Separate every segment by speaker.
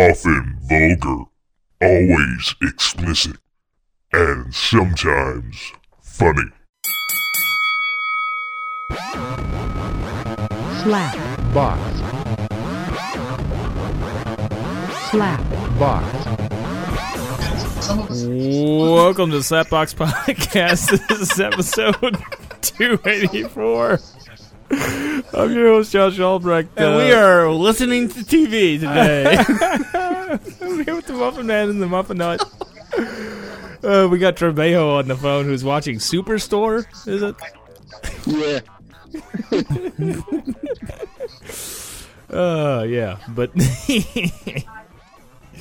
Speaker 1: often vulgar, always explicit, and sometimes funny.
Speaker 2: slap,
Speaker 3: box,
Speaker 2: slap,
Speaker 3: box.
Speaker 4: Welcome to Slapbox Podcast. This is episode 284. I'm your host, Josh Albrecht.
Speaker 5: And we are listening to TV today.
Speaker 4: I'm here with the Muffin Man and the Muffin Nut. Uh, we got Trebejo on the phone who's watching Superstore, is it?
Speaker 6: Yeah.
Speaker 4: Uh, yeah, but yeah,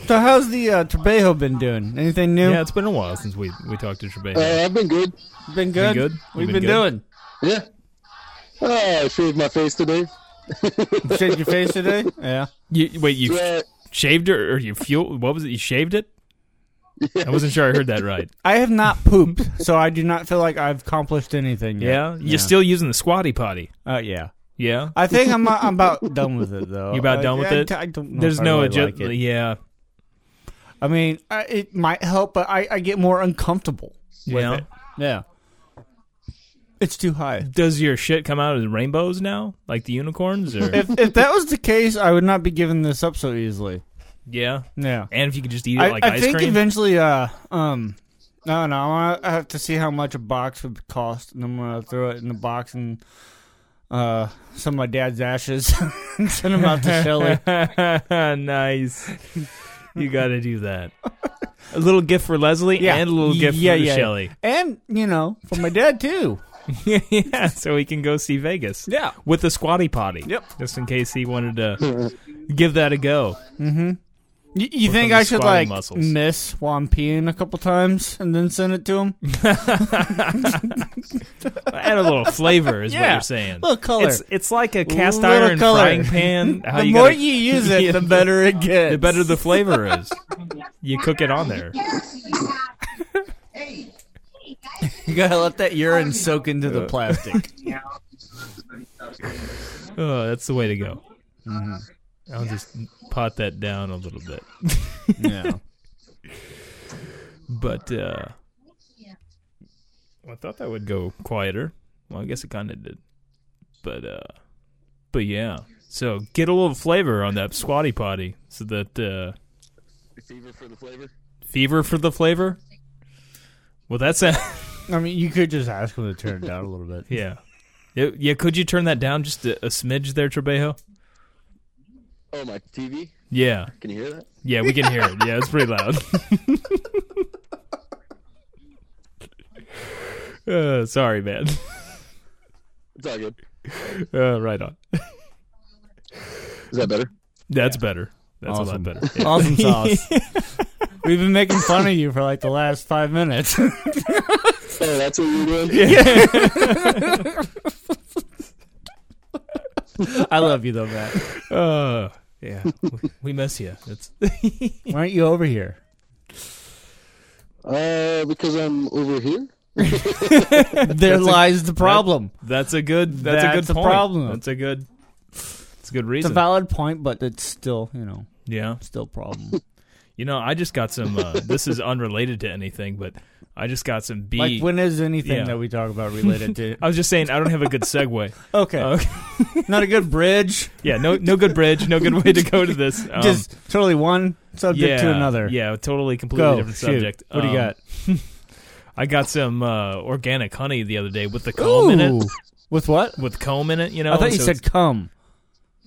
Speaker 5: so how's the uh, Trebejo been doing? Anything new?
Speaker 4: it's been a while since we, we talked to Trebejo.
Speaker 6: Uh, I've been good.
Speaker 5: been good.
Speaker 4: good?
Speaker 5: We've
Speaker 4: Been
Speaker 5: been,
Speaker 4: good?
Speaker 6: Yeah. Oh, I shaved my face today.
Speaker 5: doing.
Speaker 4: uh,
Speaker 5: Shaved your face today? Yeah.
Speaker 4: You, wait, you
Speaker 6: Yeah.
Speaker 4: shaved it or you fuel? What was it? You shaved it? I wasn't sure I heard that right.
Speaker 5: I have not pooped, so I do not feel like I've accomplished anything yet.
Speaker 4: Yeah, you're still using the squatty potty.
Speaker 5: Uh, yeah.
Speaker 4: Yeah,
Speaker 5: I think I'm, uh, I'm about done with it though.
Speaker 4: You about
Speaker 5: I-
Speaker 4: done with
Speaker 5: I-
Speaker 4: it?
Speaker 5: I don't know
Speaker 4: there's
Speaker 5: if I
Speaker 4: no
Speaker 5: really
Speaker 4: adju-
Speaker 5: like it.
Speaker 4: yeah,
Speaker 5: I mean, I, it might help, but I, I get more uncomfortable.
Speaker 4: you know?
Speaker 5: it. Yeah. It's too high.
Speaker 4: Does your shit come out as rainbows now, like the unicorns? Or
Speaker 5: If if that was the case, I would not be giving this up so easily.
Speaker 4: yeah,
Speaker 5: Yeah.
Speaker 4: and if you could just eat it
Speaker 5: I,
Speaker 4: like
Speaker 5: I
Speaker 4: ice
Speaker 5: think
Speaker 4: cream.
Speaker 5: eventually, uh, um, no, no, I wanna- I have to see how much a box would cost, and I'm gonna throw it in the box and uh, some of my dad's ashes and send them out to Shelly.
Speaker 4: nice. You got to do that. A little gift for Leslie
Speaker 5: Yeah.
Speaker 4: and a little gift
Speaker 5: Yeah,
Speaker 4: for
Speaker 5: yeah.
Speaker 4: Shelly.
Speaker 5: and you know, for my dad too.
Speaker 4: yeah, so he can go see Vegas.
Speaker 5: Yeah.
Speaker 4: with the squatty potty.
Speaker 5: Yep.
Speaker 4: just in case he wanted to give that a go.
Speaker 5: You, you think
Speaker 4: on the
Speaker 5: I should like
Speaker 4: spotting muscles.
Speaker 5: miss while I'm peeing a couple times and then send it to him?
Speaker 4: Add a little flavor, is what
Speaker 5: Yeah.
Speaker 4: you're saying.
Speaker 5: Little color.
Speaker 4: It's it's like a cast
Speaker 5: Little
Speaker 4: iron
Speaker 5: color.
Speaker 4: frying pan. How
Speaker 5: the
Speaker 4: you
Speaker 5: more
Speaker 4: gotta-
Speaker 5: you use it,
Speaker 4: Yeah.
Speaker 5: the better it gets.
Speaker 4: the better the flavor is. You cook it on there.
Speaker 5: you gotta let that urine soak into the plastic.
Speaker 4: Oh, that's the way to go. Mm-hmm. I'll just pot that down a little bit.
Speaker 5: yeah.
Speaker 4: But uh I thought that would go quieter. Well, I guess it kind of did. But uh but yeah. So get a little flavor on that squatty potty so that uh
Speaker 6: Fever for the flavor.
Speaker 4: fever for the flavor. Well, that's a
Speaker 5: I mean, you could just ask him to turn it down a little bit.
Speaker 4: yeah. Yeah, yeah, could you turn that down just a, a smidge there, Trebejo?
Speaker 6: Oh, my TV.
Speaker 4: Yeah.
Speaker 6: Can you hear that?
Speaker 4: Yeah, we can hear it. Yeah, it's pretty loud. uh, sorry, man.
Speaker 6: It's all good.
Speaker 4: Uh, right on.
Speaker 6: Is that better?
Speaker 4: That's better. That's
Speaker 5: Awesome.
Speaker 4: a lot better. Yeah.
Speaker 5: Awesome sauce. We've been making fun of you for like the last five minutes.
Speaker 6: Oh, that's what you're doing.
Speaker 5: I love you though, Matt.
Speaker 4: Uh, yeah, we, we miss you. It's
Speaker 5: Why aren't you over here?
Speaker 6: Uh, because I'm over here.
Speaker 5: There lies the problem.
Speaker 4: that's a good. That's, a good
Speaker 5: That's a
Speaker 4: point.
Speaker 5: problem.
Speaker 4: That's a good. It's a good
Speaker 5: It's a
Speaker 4: reason.
Speaker 5: valid point, but it's still, you know,
Speaker 4: yeah.
Speaker 5: still a problem.
Speaker 4: You know, I just got some. Uh, this is unrelated to anything, but I just got some B.
Speaker 5: Like, when is anything
Speaker 4: Yeah.
Speaker 5: that we talk about related to?
Speaker 4: I was just saying, I don't have a good segue.
Speaker 5: Okay,
Speaker 4: Uh,
Speaker 5: not a good bridge.
Speaker 4: yeah, no, no good bridge, no good way to go to this. Um,
Speaker 5: just totally one subject
Speaker 4: yeah,
Speaker 5: to another.
Speaker 4: Yeah, totally completely
Speaker 5: Go,
Speaker 4: different
Speaker 5: shoot.
Speaker 4: subject. Um,
Speaker 5: What do you got?
Speaker 4: I got some uh, organic honey the other day with the comb in it.
Speaker 5: Ooh. With what?
Speaker 4: With comb in it, you know.
Speaker 5: I thought you
Speaker 4: so
Speaker 5: said cum.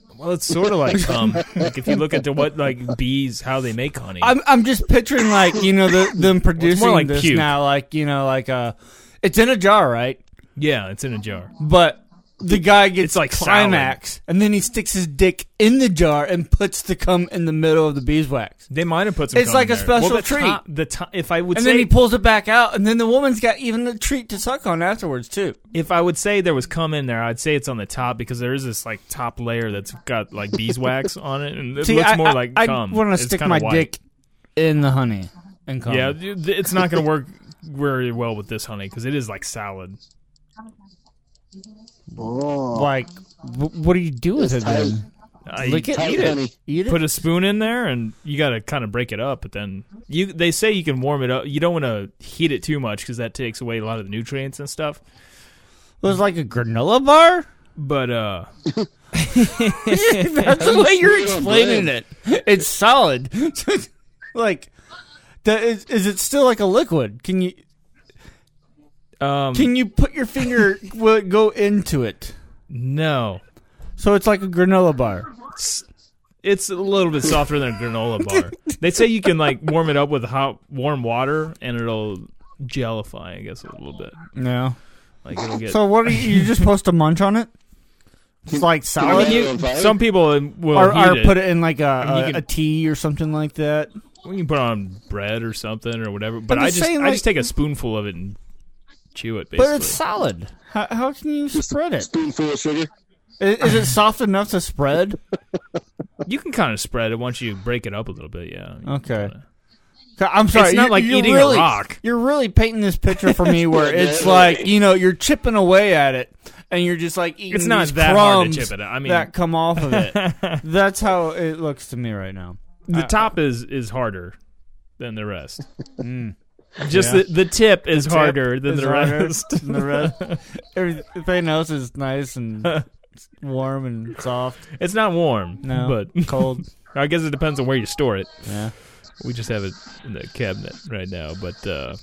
Speaker 4: it's- well, it's sort of like cum. like if you look into what like bees how they make honey.
Speaker 5: I'm I'm just picturing like you know the, them producing
Speaker 4: like
Speaker 5: this
Speaker 4: puke.
Speaker 5: now, like you know, like uh, it's in a jar, right?
Speaker 4: yeah, it's in a jar.
Speaker 5: But the guy gets
Speaker 4: It's like
Speaker 5: climax, and then he sticks his dick in the jar and puts the cum in the middle of the beeswax,
Speaker 4: They might have put some.
Speaker 5: It's
Speaker 4: cum
Speaker 5: like
Speaker 4: in
Speaker 5: a
Speaker 4: there.
Speaker 5: special
Speaker 4: well, the
Speaker 5: treat.
Speaker 4: to- the to- if I would
Speaker 5: and
Speaker 4: say,
Speaker 5: then he pulls it back out, and then the woman's got even a treat to suck on afterwards too.
Speaker 4: if I would say there was cum in there, I'd say it's on the top because there is this like top layer that's got like beeswax on it, and it
Speaker 5: See,
Speaker 4: looks
Speaker 5: I,
Speaker 4: more
Speaker 5: I-
Speaker 4: like
Speaker 5: I,
Speaker 4: cum.
Speaker 5: want to
Speaker 4: It's
Speaker 5: stick
Speaker 4: kinda
Speaker 5: my
Speaker 4: white.
Speaker 5: dick in the honey and cum.
Speaker 4: Yeah, th- th- it's not going to work very well with this honey because it is like salad.
Speaker 6: Oh,
Speaker 5: Oh. like wh- what do you do with it
Speaker 6: ties,
Speaker 5: then?
Speaker 4: I
Speaker 3: Lick it?
Speaker 4: eat
Speaker 6: Tight
Speaker 4: it.
Speaker 6: honey.
Speaker 3: Eat it.
Speaker 4: Put a spoon in there, and you got to kind of break it up. But then you, they say you can warm it up. You don't want to heat it too much because that takes away a lot of the nutrients and stuff.
Speaker 5: It was like a granola bar.
Speaker 4: But uh,
Speaker 5: That's the way you're
Speaker 6: Put it on
Speaker 5: explaining it. It's solid. like, that is, is it still like a liquid? Can you
Speaker 4: um,
Speaker 5: can you put your finger will it go into it?
Speaker 4: no,
Speaker 5: So it's like a granola bar.
Speaker 4: it's a little bit softer than a granola bar. They say you can like warm it up with hot, warm water, and it'll jellify. I guess a little bit.
Speaker 5: No.
Speaker 4: Like it'll get.
Speaker 5: So what are you, you're just supposed to munch on it? It's like
Speaker 6: I
Speaker 5: solid.
Speaker 6: mean,
Speaker 4: You-
Speaker 6: on fire?
Speaker 4: some people uh, will
Speaker 5: or,
Speaker 4: heat
Speaker 5: or
Speaker 4: it.
Speaker 5: put it in like a,
Speaker 4: you
Speaker 5: a,
Speaker 4: can-
Speaker 5: a tea or something like that.
Speaker 4: We can put it on bread or something or whatever. But
Speaker 5: I'm
Speaker 4: I
Speaker 5: just
Speaker 4: just
Speaker 5: saying,
Speaker 4: I
Speaker 5: like-
Speaker 4: just take a spoonful of it and chew it. Basically,
Speaker 3: but it's solid.
Speaker 5: How, how can you spread it?
Speaker 6: Spoonful of sugar.
Speaker 5: Is, is it soft enough to spread?
Speaker 4: you can kind of spread it once you break it up a little bit. Yeah.
Speaker 5: Okay. I'm sorry.
Speaker 4: It's not
Speaker 5: you-
Speaker 4: like
Speaker 5: you're
Speaker 4: eating a
Speaker 5: really,
Speaker 4: rock.
Speaker 5: You're really painting this picture for me where
Speaker 6: Yeah,
Speaker 5: it's
Speaker 6: yeah.
Speaker 5: like you know you're chipping away at it, and you're just like eating.
Speaker 4: It's not
Speaker 5: these
Speaker 4: that hard to
Speaker 5: crumbs
Speaker 4: chip it. I mean,
Speaker 5: that come off of it. That's how it looks to me right now.
Speaker 4: the top is is harder than the rest.
Speaker 5: Mm.
Speaker 4: Just the, the tip is harder than
Speaker 5: It's
Speaker 4: the
Speaker 5: harder
Speaker 4: rest.
Speaker 5: than the rest. Everything else is nice and warm and soft.
Speaker 4: It's not warm,
Speaker 5: No,
Speaker 4: but
Speaker 5: cold.
Speaker 4: I guess it depends on where you store it.
Speaker 5: Yeah.
Speaker 4: We just have it in the cabinet right now, but uh,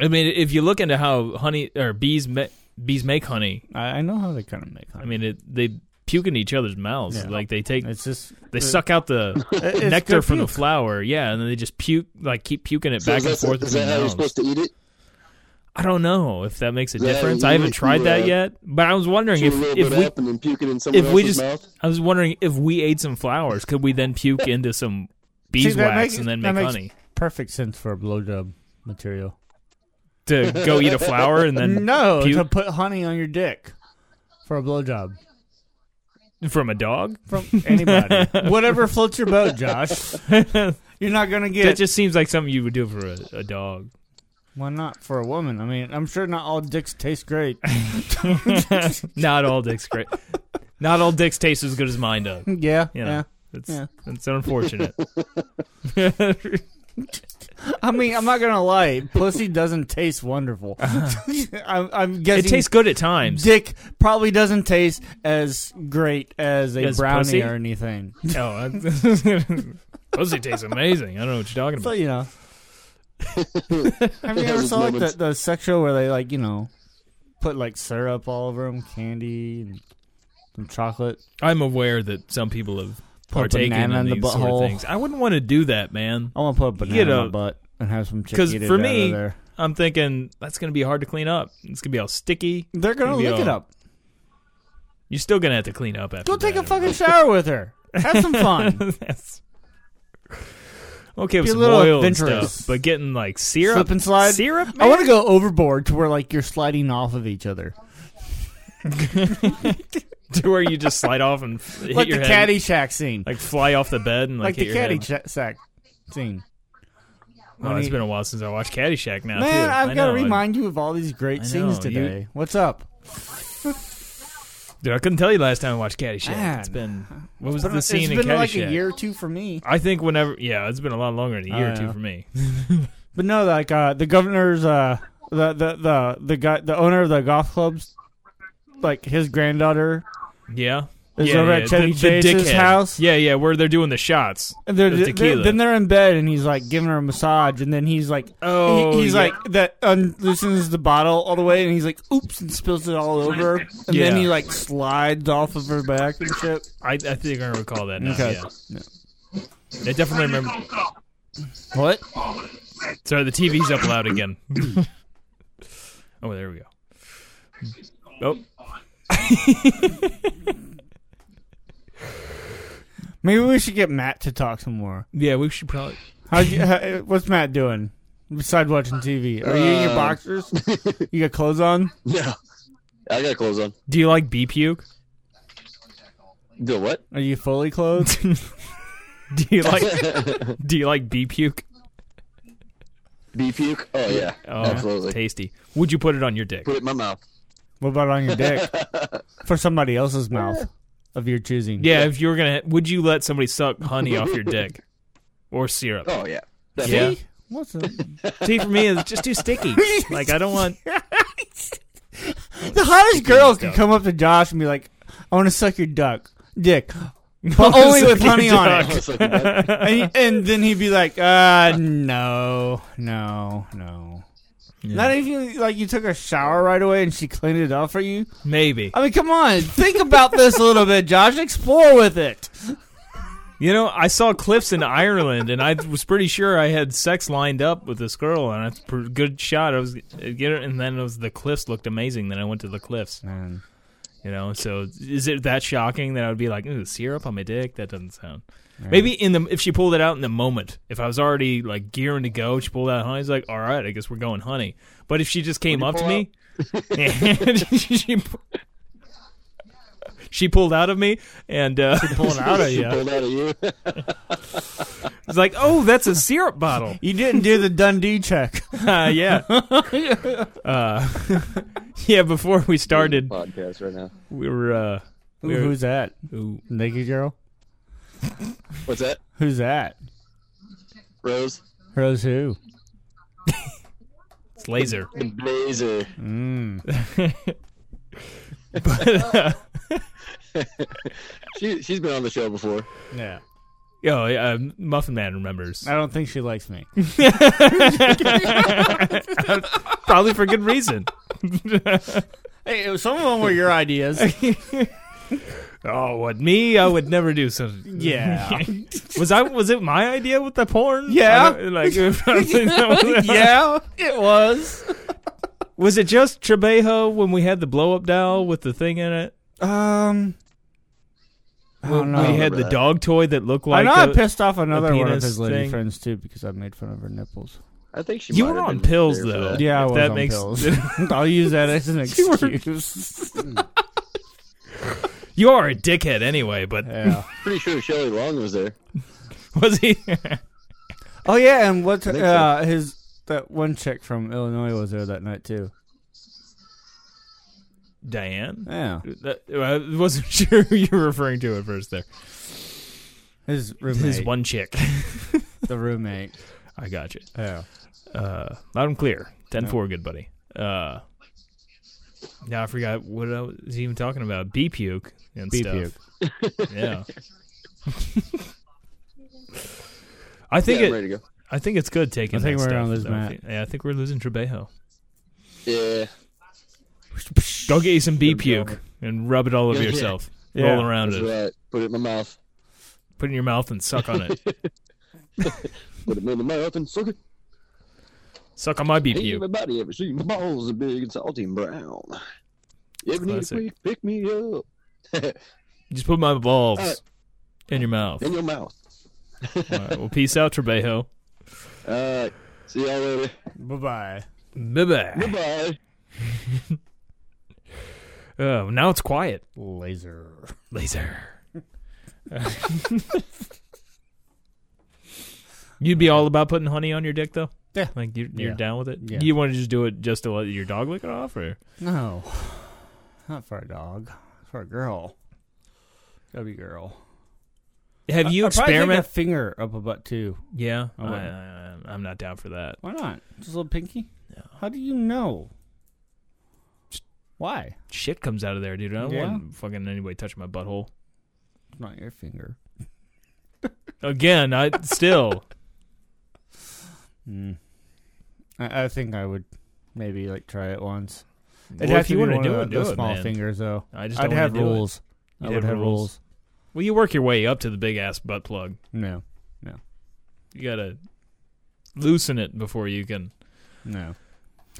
Speaker 4: I mean, if you look into how honey or bees ma- bees make honey,
Speaker 5: I, I know how they kind of make.
Speaker 4: I mean, it, they puke in each other's mouths.
Speaker 5: Yeah.
Speaker 4: Like they take,
Speaker 5: it's just
Speaker 4: they suck out the
Speaker 5: it's
Speaker 4: nectar
Speaker 5: good
Speaker 4: from the
Speaker 5: puke.
Speaker 4: flower, yeah, and then they just puke, like keep puking it
Speaker 6: So
Speaker 4: back
Speaker 6: is
Speaker 4: and
Speaker 6: that so-
Speaker 4: forth.
Speaker 6: Is
Speaker 4: between
Speaker 6: that how you're
Speaker 4: mouths.
Speaker 6: supposed to eat it?
Speaker 4: I don't know if that makes a
Speaker 6: Is that how
Speaker 4: difference.
Speaker 6: you
Speaker 4: I haven't
Speaker 6: make
Speaker 4: tried
Speaker 6: your,
Speaker 4: that
Speaker 6: uh,
Speaker 4: yet, but I was wondering
Speaker 6: Chew
Speaker 4: if
Speaker 6: a little
Speaker 4: if
Speaker 6: bit
Speaker 4: we
Speaker 6: up and then puke it in someone
Speaker 4: if
Speaker 6: else's
Speaker 4: we just
Speaker 6: mouth.
Speaker 4: I was wondering if we ate some flowers, could we then puke into some beeswax
Speaker 5: makes-
Speaker 4: and then
Speaker 5: that
Speaker 4: make
Speaker 5: makes-
Speaker 4: honey
Speaker 5: perfect sense for a blowjob material.
Speaker 4: to go eat a flower and then
Speaker 5: No,
Speaker 4: puke
Speaker 5: to put honey on your dick for a blowjob.
Speaker 4: from a dog?
Speaker 5: from anybody. Whatever floats your boat, Josh. You're not gonna
Speaker 4: That
Speaker 5: get.
Speaker 4: just seems like something you would do for a, a dog.
Speaker 5: Why not for a woman? I mean, I'm sure not all dicks taste great.
Speaker 4: Not all dicks great. Not all dicks taste as good as mine does.
Speaker 5: yeah,
Speaker 4: You know,
Speaker 5: yeah.
Speaker 4: It's,
Speaker 5: yeah.
Speaker 4: it's unfortunate.
Speaker 5: I mean, I'm not gonna lie. Pussy doesn't taste wonderful. I'm, I'm
Speaker 4: it
Speaker 5: guessing.
Speaker 4: tastes good at times.
Speaker 5: Dick probably doesn't taste as great as a
Speaker 4: As
Speaker 5: brownie
Speaker 4: pussy?
Speaker 5: or anything.
Speaker 4: Oh, I- pussy tastes amazing. I don't know what you're talking
Speaker 5: So
Speaker 4: about.
Speaker 5: you know. Have you
Speaker 6: It has
Speaker 5: ever
Speaker 6: its
Speaker 5: saw like the,
Speaker 6: moments.
Speaker 5: the sex show where they like you know put like syrup all over them, candy and some chocolate?
Speaker 4: I'm aware that some people have
Speaker 5: Put a
Speaker 4: partaken in,
Speaker 5: banana in the
Speaker 4: these sort of
Speaker 5: butthole.
Speaker 4: things. I wouldn't want to do that, man.
Speaker 5: I want to put a banana
Speaker 4: You know,
Speaker 5: in my butt and have some chick
Speaker 4: 'cause
Speaker 5: eat it
Speaker 4: for
Speaker 5: out of
Speaker 4: me-
Speaker 5: there.
Speaker 4: I'm thinking that's going to be hard to clean up. It's going to be all sticky.
Speaker 5: They're gonna
Speaker 4: Maybe
Speaker 5: lick it
Speaker 4: I'll-
Speaker 5: up.
Speaker 4: You're still going to have to clean up after.
Speaker 5: Go take a
Speaker 4: that.
Speaker 5: fucking shower with her. Have some fun.
Speaker 4: That's- okay,
Speaker 5: Be
Speaker 4: with
Speaker 5: a
Speaker 4: some
Speaker 5: little
Speaker 4: oil and
Speaker 5: adventurous.
Speaker 4: stuff, but getting like syrup,
Speaker 5: Slip and slide.
Speaker 4: syrup.
Speaker 5: I want to go overboard to where like you're sliding off of each other,
Speaker 4: to go to where you just slide off and f- hit
Speaker 5: like
Speaker 4: your
Speaker 5: the
Speaker 4: head,
Speaker 5: Caddyshack scene, like,
Speaker 4: like fly off the bed and like, hit
Speaker 5: the
Speaker 4: your head.
Speaker 5: Caddyshack scene.
Speaker 4: Oh, it's been a while since I watched Caddyshack. Now,
Speaker 5: Man,
Speaker 4: too.
Speaker 5: I've
Speaker 4: I
Speaker 5: got to
Speaker 4: know. I-
Speaker 5: remind you of all these great
Speaker 4: I
Speaker 5: scenes
Speaker 4: know, you-
Speaker 5: today. What's up?
Speaker 4: dude. I couldn't tell you last time I watched Caddyshack.
Speaker 5: Man.
Speaker 4: It's been what was
Speaker 5: But
Speaker 4: the
Speaker 5: it's
Speaker 4: scene
Speaker 5: been
Speaker 4: in Caddyshack?
Speaker 5: like a year or two for me.
Speaker 4: I think whenever, yeah, it's been a lot longer than a
Speaker 5: Oh,
Speaker 4: year or two
Speaker 5: yeah.
Speaker 4: for me.
Speaker 5: But no, like uh, the governor's uh, the, the the the guy the owner of the golf clubs, like his granddaughter
Speaker 4: Yeah.
Speaker 5: Is
Speaker 4: yeah,
Speaker 5: over
Speaker 4: yeah.
Speaker 5: at Chevy Chase's
Speaker 4: dickhead.
Speaker 5: house?
Speaker 4: Yeah, yeah, where they're doing the shots.
Speaker 5: And they're,
Speaker 4: The
Speaker 5: they're-
Speaker 4: tequila.
Speaker 5: then they're in bed, and he's like giving her a massage, and then he's like,
Speaker 4: Oh,
Speaker 5: he- he's
Speaker 4: yeah.
Speaker 5: like that unloosens the bottle all the way, and he's like, oops, and spills it all over, her. and
Speaker 4: Yeah.
Speaker 5: then he like slides off of her back and shit.
Speaker 4: I, I think I recall that now.
Speaker 5: Okay.
Speaker 4: Yeah. I definitely remember.
Speaker 5: What?
Speaker 4: Sorry, the TV's up loud again. oh, there we go. Oh,
Speaker 5: Maybe we should get Matt to talk some more.
Speaker 4: yeah, we should probably.
Speaker 5: How, how what's Matt doing besides watching TV? Are you in your
Speaker 6: Uh,
Speaker 5: boxers? you got clothes on?
Speaker 6: Yeah. I got clothes on.
Speaker 4: Do you like bee puke?
Speaker 6: Do what?
Speaker 5: Are you fully clothed?
Speaker 4: Do you like? do you like bee puke?
Speaker 6: Bee puke? Oh yeah.
Speaker 4: Oh,
Speaker 6: Absolutely.
Speaker 4: tasty. Would you put it on your dick?
Speaker 6: Put it in my mouth.
Speaker 5: what about on your dick? For somebody else's mouth? of your choosing.
Speaker 4: Yeah, if you were gonna, would you let somebody suck honey off your dick or syrup?
Speaker 6: Oh yeah.
Speaker 4: yeah.
Speaker 5: See? What's up?
Speaker 4: Tea for me is just too sticky. Like I don't want.
Speaker 5: The hottest girls
Speaker 4: stuff.
Speaker 5: can come up to Josh and be like, "I want to suck your duck, dick, but only with
Speaker 4: suck
Speaker 5: honey
Speaker 4: your
Speaker 5: on
Speaker 4: duck.
Speaker 5: it."
Speaker 6: Just like that.
Speaker 5: And, and then he'd be like, "Uh, no, no, no." Not even like you took a shower right away and she cleaned it up for you.
Speaker 4: Maybe.
Speaker 5: I mean, come on, think about this a little bit, Josh. Explore with it.
Speaker 4: You know, I saw cliffs in Ireland, and I was pretty sure I had sex lined up with this girl, and that's a pretty good shot. I was get her, and then it was the cliffs looked amazing. Then I went to the cliffs.
Speaker 5: Man,
Speaker 4: You know, so is it that shocking that I would be like, ooh, syrup on my dick? That doesn't sound. Maybe in the if she pulled it out in the moment, if I was already like gearing to go, she pulled out honey. I was like, all right, I guess we're going honey. But if she just came up to me, and she pu- she pulled out of me, and uh, pulled out of
Speaker 6: She pulled out of you.
Speaker 4: It's like, oh, that's a syrup bottle.
Speaker 5: you didn't do the Dundee check.
Speaker 4: Uh, yeah. Uh, yeah. Before we started,
Speaker 6: podcast right now.
Speaker 4: we were. Uh, we were
Speaker 5: Who's that?
Speaker 4: ooh,
Speaker 5: Naked girl.
Speaker 6: What's that?
Speaker 5: Who's that?
Speaker 6: Rose
Speaker 5: Rose who?
Speaker 4: it's laser.
Speaker 6: and Blazer.
Speaker 5: Mm.
Speaker 4: but, uh,
Speaker 6: She she's been on the show before.
Speaker 5: Yeah.
Speaker 4: yo, uh, Muffin Man remembers.
Speaker 5: I don't think she likes me.
Speaker 4: Probably for good reason.
Speaker 5: Hey, it was- some of them were your ideas.
Speaker 4: Oh, what me? I would never do such.
Speaker 5: Yeah.
Speaker 4: was I? Was it my idea with the porn?
Speaker 5: Yeah.
Speaker 4: I don't- like was,
Speaker 5: yeah, it was.
Speaker 4: Was it just Trebejo when we had the blow up doll with the thing in it?
Speaker 5: Um, I don't know.
Speaker 4: we had the
Speaker 6: that.
Speaker 4: dog toy that looked
Speaker 5: I
Speaker 4: like.
Speaker 5: know I
Speaker 4: a-
Speaker 5: pissed off another one of
Speaker 4: penis
Speaker 5: his lady
Speaker 4: thing.
Speaker 5: friends too because I made fun of her nipples.
Speaker 6: I think she
Speaker 4: You
Speaker 6: might
Speaker 4: were
Speaker 6: have
Speaker 4: on
Speaker 6: been
Speaker 4: pills,
Speaker 6: there for
Speaker 4: though.
Speaker 6: that.
Speaker 4: Yeah,
Speaker 5: Yeah, I
Speaker 4: I If was
Speaker 5: was
Speaker 4: that on makes- pills.
Speaker 5: I'll use that as an
Speaker 4: were-
Speaker 5: excuse.
Speaker 4: you are a dickhead anyway, but
Speaker 5: yeah.
Speaker 6: Pretty sure Shelley Long was there.
Speaker 4: was he?
Speaker 5: Oh yeah, and what
Speaker 6: think so.
Speaker 5: uh, his that one chick from Illinois was there that night too.
Speaker 4: Diane?
Speaker 5: Yeah,
Speaker 4: That- I wasn't sure who you were referring to at first there.
Speaker 5: his roommate,
Speaker 4: His one chick.
Speaker 5: the roommate.
Speaker 4: I got you.
Speaker 5: Yeah,
Speaker 4: Uh, loud and clear. 10 4, good buddy. Uh, now I forgot what I was even talking about. Bee puke and
Speaker 5: Bee
Speaker 4: stuff. Yeah. I think
Speaker 6: yeah,
Speaker 4: it.
Speaker 6: I'm ready to go.
Speaker 4: I think it's good taking.
Speaker 5: I think
Speaker 4: that
Speaker 5: we're
Speaker 4: stuff,
Speaker 5: gonna lose
Speaker 4: though.
Speaker 5: Matt.
Speaker 4: Yeah, I think we're losing Trebejo.
Speaker 6: Yeah.
Speaker 4: Go get you some bee
Speaker 6: Good job.
Speaker 4: puke and rub it all over
Speaker 6: Yeah.
Speaker 4: yourself.
Speaker 5: Yeah.
Speaker 4: Roll around
Speaker 6: That's
Speaker 4: it.
Speaker 6: right. Put it in my mouth.
Speaker 4: Put it in your mouth and suck on it.
Speaker 6: Put it in my mouth and suck it.
Speaker 4: suck on my bee
Speaker 6: Ain't
Speaker 4: puke.
Speaker 6: everybody ever seen my balls are big and salty and brown. You ever need a
Speaker 4: Classic.
Speaker 6: quick pick me up
Speaker 4: Just put my balls
Speaker 6: Alright.
Speaker 4: in your mouth.
Speaker 6: in your mouth.
Speaker 4: All right, well, peace out, Trebejo.
Speaker 6: Uh, see y'all later.
Speaker 5: Bye bye.
Speaker 4: Bye bye.
Speaker 6: Goodbye.
Speaker 4: Oh, now it's quiet.
Speaker 5: Laser.
Speaker 4: Laser. You'd be all about putting honey on your dick, though.
Speaker 5: Yeah.
Speaker 4: like you're, you're
Speaker 5: Yeah.
Speaker 4: down with it.
Speaker 5: Yeah.
Speaker 4: You want to just do it just to let your dog lick it off, or
Speaker 5: No, not for a dog. For a girl. Gotta be girl.
Speaker 4: have you
Speaker 5: I- I'd probably take
Speaker 4: experimented?
Speaker 5: a finger up a butt too.
Speaker 4: yeah, I,
Speaker 5: I wouldn't.
Speaker 4: I- I'm not down for that.
Speaker 5: Why not? Just a little pinky? How do you know? Why?
Speaker 4: Shit comes out of there, dude. I don't
Speaker 5: Yeah.
Speaker 4: want fucking anybody touching my butthole.
Speaker 5: It's not your finger.
Speaker 4: Again, I still
Speaker 5: Mm. I, I think I would maybe like try it once.
Speaker 4: Well, if you wanna
Speaker 5: one
Speaker 4: do
Speaker 5: of the-
Speaker 4: it, do
Speaker 5: the
Speaker 4: it,
Speaker 5: small
Speaker 4: man.
Speaker 5: fingers though.
Speaker 4: I just don't
Speaker 5: I'd
Speaker 4: wanna
Speaker 5: have
Speaker 4: do it.
Speaker 5: rules. I
Speaker 4: You'd
Speaker 5: would
Speaker 4: have
Speaker 5: have
Speaker 4: rules.
Speaker 5: rules.
Speaker 4: Well, you work your way up to the big ass butt plug.
Speaker 5: No,
Speaker 4: You gotta loosen it before you can.
Speaker 5: no.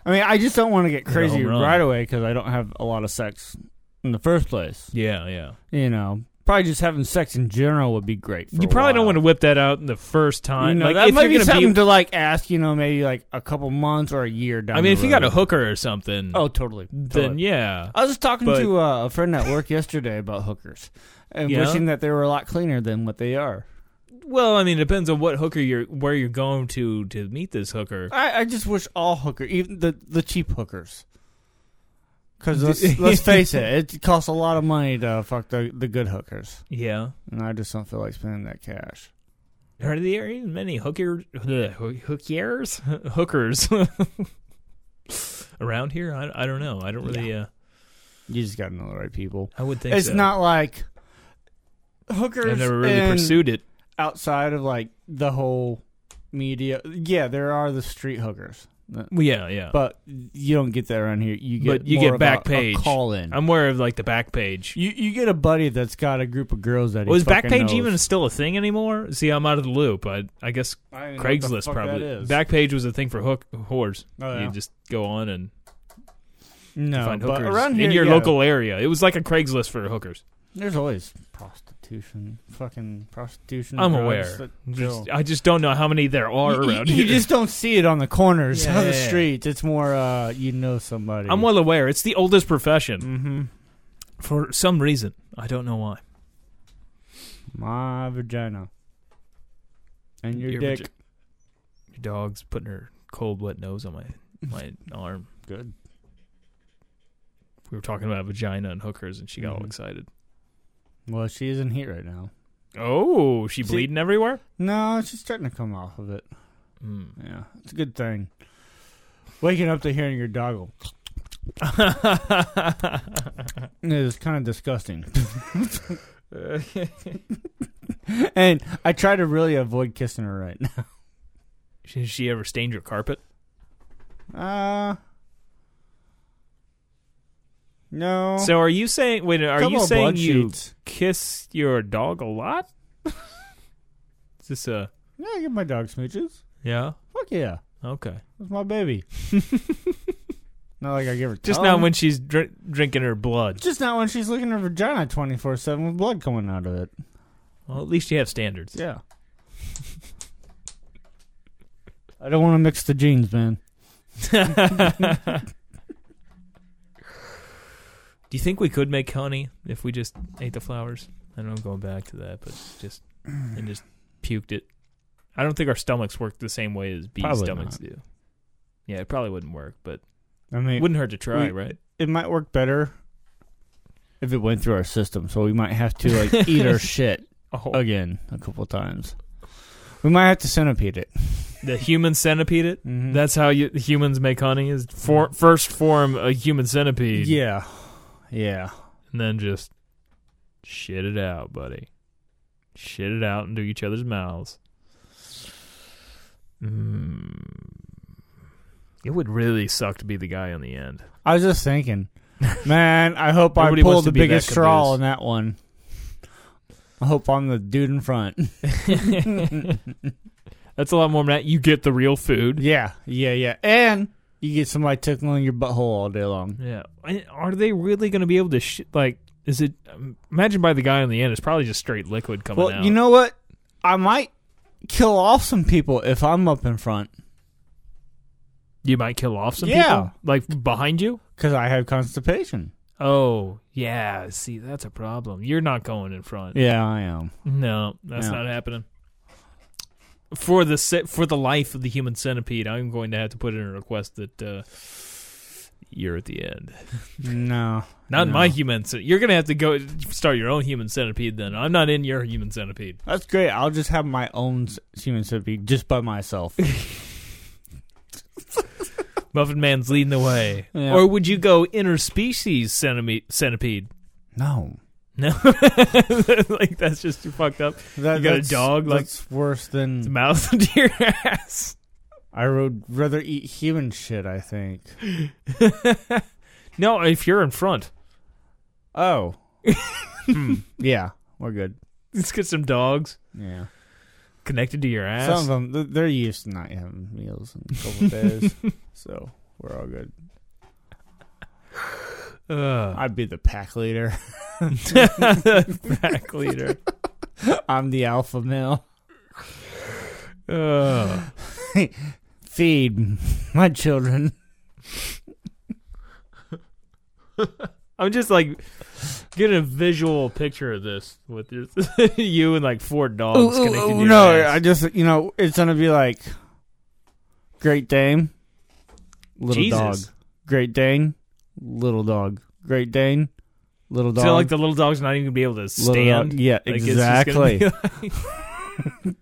Speaker 5: I mean, I just don't want to get
Speaker 4: a
Speaker 5: crazy
Speaker 4: home run.
Speaker 5: right away because I don't have a lot of sex in the first place.
Speaker 4: Yeah, yeah.
Speaker 5: You know, probably just having sex in general would be great. For
Speaker 4: you probably don't want to
Speaker 5: to.
Speaker 4: whip that out in the first time.
Speaker 5: You know,
Speaker 4: like
Speaker 5: that
Speaker 4: if
Speaker 5: might
Speaker 4: you're
Speaker 5: be
Speaker 4: gonna
Speaker 5: something
Speaker 4: be,
Speaker 5: to like ask. You know, maybe like a couple months or a year down.
Speaker 4: I mean,
Speaker 5: the
Speaker 4: if you got a
Speaker 5: road.
Speaker 4: hooker or something,
Speaker 5: Oh, totally.
Speaker 4: then
Speaker 5: Totally.
Speaker 4: yeah,
Speaker 5: I was just talking
Speaker 4: But-
Speaker 5: to uh, a friend at work yesterday about hookers and
Speaker 4: Yeah?
Speaker 5: wishing that they were a lot cleaner than what they are.
Speaker 4: Well, I mean, it depends on what hooker you're, where you're going to to meet this hooker.
Speaker 5: I, I just wish all hooker, even the, the cheap hookers, Because let's, let's face it, it costs a lot of money to fuck the, the good hookers.
Speaker 4: Yeah.
Speaker 5: And I just don't feel like spending that cash.
Speaker 4: Are there even many hooker bleh, hoo- hookers hookers around here? I, I don't know. I don't really. Uh,
Speaker 5: You just got to know the right people.
Speaker 4: I would think
Speaker 5: It's
Speaker 4: so.
Speaker 5: not like hookers.
Speaker 4: I've never really
Speaker 5: and
Speaker 4: pursued it.
Speaker 5: outside of like the whole media. Yeah, there are the street hookers,
Speaker 4: Well, yeah, yeah.
Speaker 5: but you don't get that around here. You get
Speaker 4: But you
Speaker 5: more
Speaker 4: get
Speaker 5: of
Speaker 4: back
Speaker 5: a,
Speaker 4: page.
Speaker 5: call in.
Speaker 4: I'm aware of like the back page.
Speaker 5: You you get a buddy that's got a group of girls that he
Speaker 4: Was
Speaker 5: fucking
Speaker 4: Backpage
Speaker 5: knows.
Speaker 4: even still a thing anymore? See, I'm out of the loop. I I guess
Speaker 5: I don't even know what the
Speaker 4: Craigslist
Speaker 5: fuck that
Speaker 4: probably.
Speaker 5: is.
Speaker 4: Backpage was a thing for hook whores.
Speaker 5: Oh, yeah.
Speaker 4: You just go on and
Speaker 5: no,
Speaker 4: find
Speaker 5: but
Speaker 4: hookers
Speaker 5: around here
Speaker 4: in your
Speaker 5: yeah,
Speaker 4: local area. It was like a Craigslist for hookers.
Speaker 5: There's always prostitution, fucking prostitution.
Speaker 4: I'm
Speaker 5: drugs
Speaker 4: aware.
Speaker 5: that
Speaker 4: Just-
Speaker 5: kill.
Speaker 4: I just don't know how many there are
Speaker 5: You- you-
Speaker 4: around
Speaker 5: you,
Speaker 4: here.
Speaker 5: just don't see it on the corners
Speaker 4: Yeah,
Speaker 5: of the
Speaker 4: yeah, yeah.
Speaker 5: streets. It's more uh, you know somebody.
Speaker 4: I'm well aware. It's the oldest profession
Speaker 5: hmm
Speaker 4: for some reason. I don't know why.
Speaker 5: My vagina. And your, dick.
Speaker 4: vagi- your dog's putting her cold, wet nose on my my arm.
Speaker 5: Good.
Speaker 4: We were talking about vagina and hookers, and she got all
Speaker 5: Mhm.
Speaker 4: excited.
Speaker 5: Well, she isn't heat right now.
Speaker 4: Oh, she
Speaker 5: See-
Speaker 4: bleeding everywhere.
Speaker 5: No, she's starting to come off of it.
Speaker 4: Mm.
Speaker 5: Yeah, it's a good thing. Waking up to hearing your doggle is kind of disgusting. and I try to really avoid kissing her right now.
Speaker 4: Has she ever stained your carpet?
Speaker 5: Uh, no.
Speaker 4: So are you saying? Wait, are
Speaker 5: Couple
Speaker 4: you
Speaker 5: of
Speaker 4: saying
Speaker 5: blood
Speaker 4: you
Speaker 5: shoots.
Speaker 4: kiss your dog a lot? uh, Is this a
Speaker 5: Yeah, I give my dog smooches.
Speaker 4: yeah?
Speaker 5: Fuck yeah.
Speaker 4: Okay.
Speaker 5: That's my baby. not like I give her
Speaker 4: Just
Speaker 5: tongue.
Speaker 4: not when she's dr- drinking her blood.
Speaker 5: Just not when she's looking at her vagina 24 7 with blood coming out of it.
Speaker 4: Well, at least you have standards.
Speaker 5: Yeah. I don't want to mix the genes, man.
Speaker 4: Do you think we could make honey if we just ate the flowers? I know I'm going back to that, but just and just puked it. I don't think our stomachs work the same way as bees'
Speaker 5: Probably
Speaker 4: stomachs do. Yeah, it probably wouldn't work, but
Speaker 5: I mean,
Speaker 4: wouldn't hurt to try,
Speaker 5: we-
Speaker 4: right?
Speaker 5: it might work better if it went through our system, so we might have to like eat our shit
Speaker 4: Oh,
Speaker 5: again a couple times. We might have to centipede it.
Speaker 4: the human centipede. It.
Speaker 5: Mm-hmm.
Speaker 4: That's how you, humans make honey. Is for, first form a human centipede,
Speaker 5: yeah, yeah.
Speaker 4: and then just shit it out, buddy. Shit it out into each other's mouths. Mm. It would really suck to be the guy on the end.
Speaker 5: I was just thinking, man. I hope I
Speaker 4: Nobody wants
Speaker 5: pulled
Speaker 4: to
Speaker 5: the
Speaker 4: be that
Speaker 5: biggest straw
Speaker 4: confused.
Speaker 5: on that one. I hope I'm the dude in front.
Speaker 4: That's a lot more than that. You get the real food.
Speaker 5: yeah, yeah, yeah. And you get somebody tickling your butthole all day long.
Speaker 4: Yeah. And Are they really going to be able to sh- like? Is it? um, Imagine by the guy on the end, it's probably just straight liquid coming
Speaker 5: Well,
Speaker 4: out.
Speaker 5: you know what? I might kill off some people if I'm up in front
Speaker 4: you might kill off some
Speaker 5: Yeah.
Speaker 4: people, like behind you.
Speaker 5: because I have constipation.
Speaker 4: Oh yeah, see that's a problem. You're not going in front.
Speaker 5: Yeah, I am.
Speaker 4: No, that's
Speaker 5: No.
Speaker 4: not happening. For the se- for the life of the human centipede, I'm going to have to put in a request that uh, you're at the end.
Speaker 5: No,
Speaker 4: Not
Speaker 5: no.
Speaker 4: my human. cen- You're going to have to go start your own human centipede. Then I'm not in your human centipede.
Speaker 5: That's great. I'll just have my own s- human centipede just by myself.
Speaker 4: Muffin Man's leading the way.
Speaker 5: Yeah.
Speaker 4: Or would you go interspecies centime- centipede?
Speaker 5: no,
Speaker 4: No, like that's just too fucked up.
Speaker 5: that,
Speaker 4: You got a
Speaker 5: that's-
Speaker 4: dog, like-
Speaker 5: that's worse
Speaker 4: It's
Speaker 5: than
Speaker 4: mouth into your ass.
Speaker 5: I would rather eat human shit. I think.
Speaker 4: no, if you're in front.
Speaker 5: Oh, Hmm. yeah, we're good.
Speaker 4: Let's get some dogs
Speaker 5: Yeah,
Speaker 4: connected to your ass.
Speaker 5: some of them th- they're used to not having meals in a couple days, so we're all good.
Speaker 4: Ugh.
Speaker 5: I'd be the pack leader.
Speaker 4: Pack leader.
Speaker 5: I'm the alpha male.
Speaker 4: Ugh.
Speaker 5: Feed my children.
Speaker 4: I'm just like getting a visual picture of this with your, you and like four
Speaker 5: Oh,
Speaker 4: dogs connected to your
Speaker 5: no, I
Speaker 4: ass.
Speaker 5: just you know it's gonna be like Great Dane, little
Speaker 4: Jesus.
Speaker 5: dog, Great Dane, little dog, Great Dane, little dog.
Speaker 4: So like the little dog's not even gonna be able to
Speaker 5: Little dog.
Speaker 4: stand.
Speaker 5: Yeah,
Speaker 4: Like, it's just gonna
Speaker 5: exactly.
Speaker 4: be like-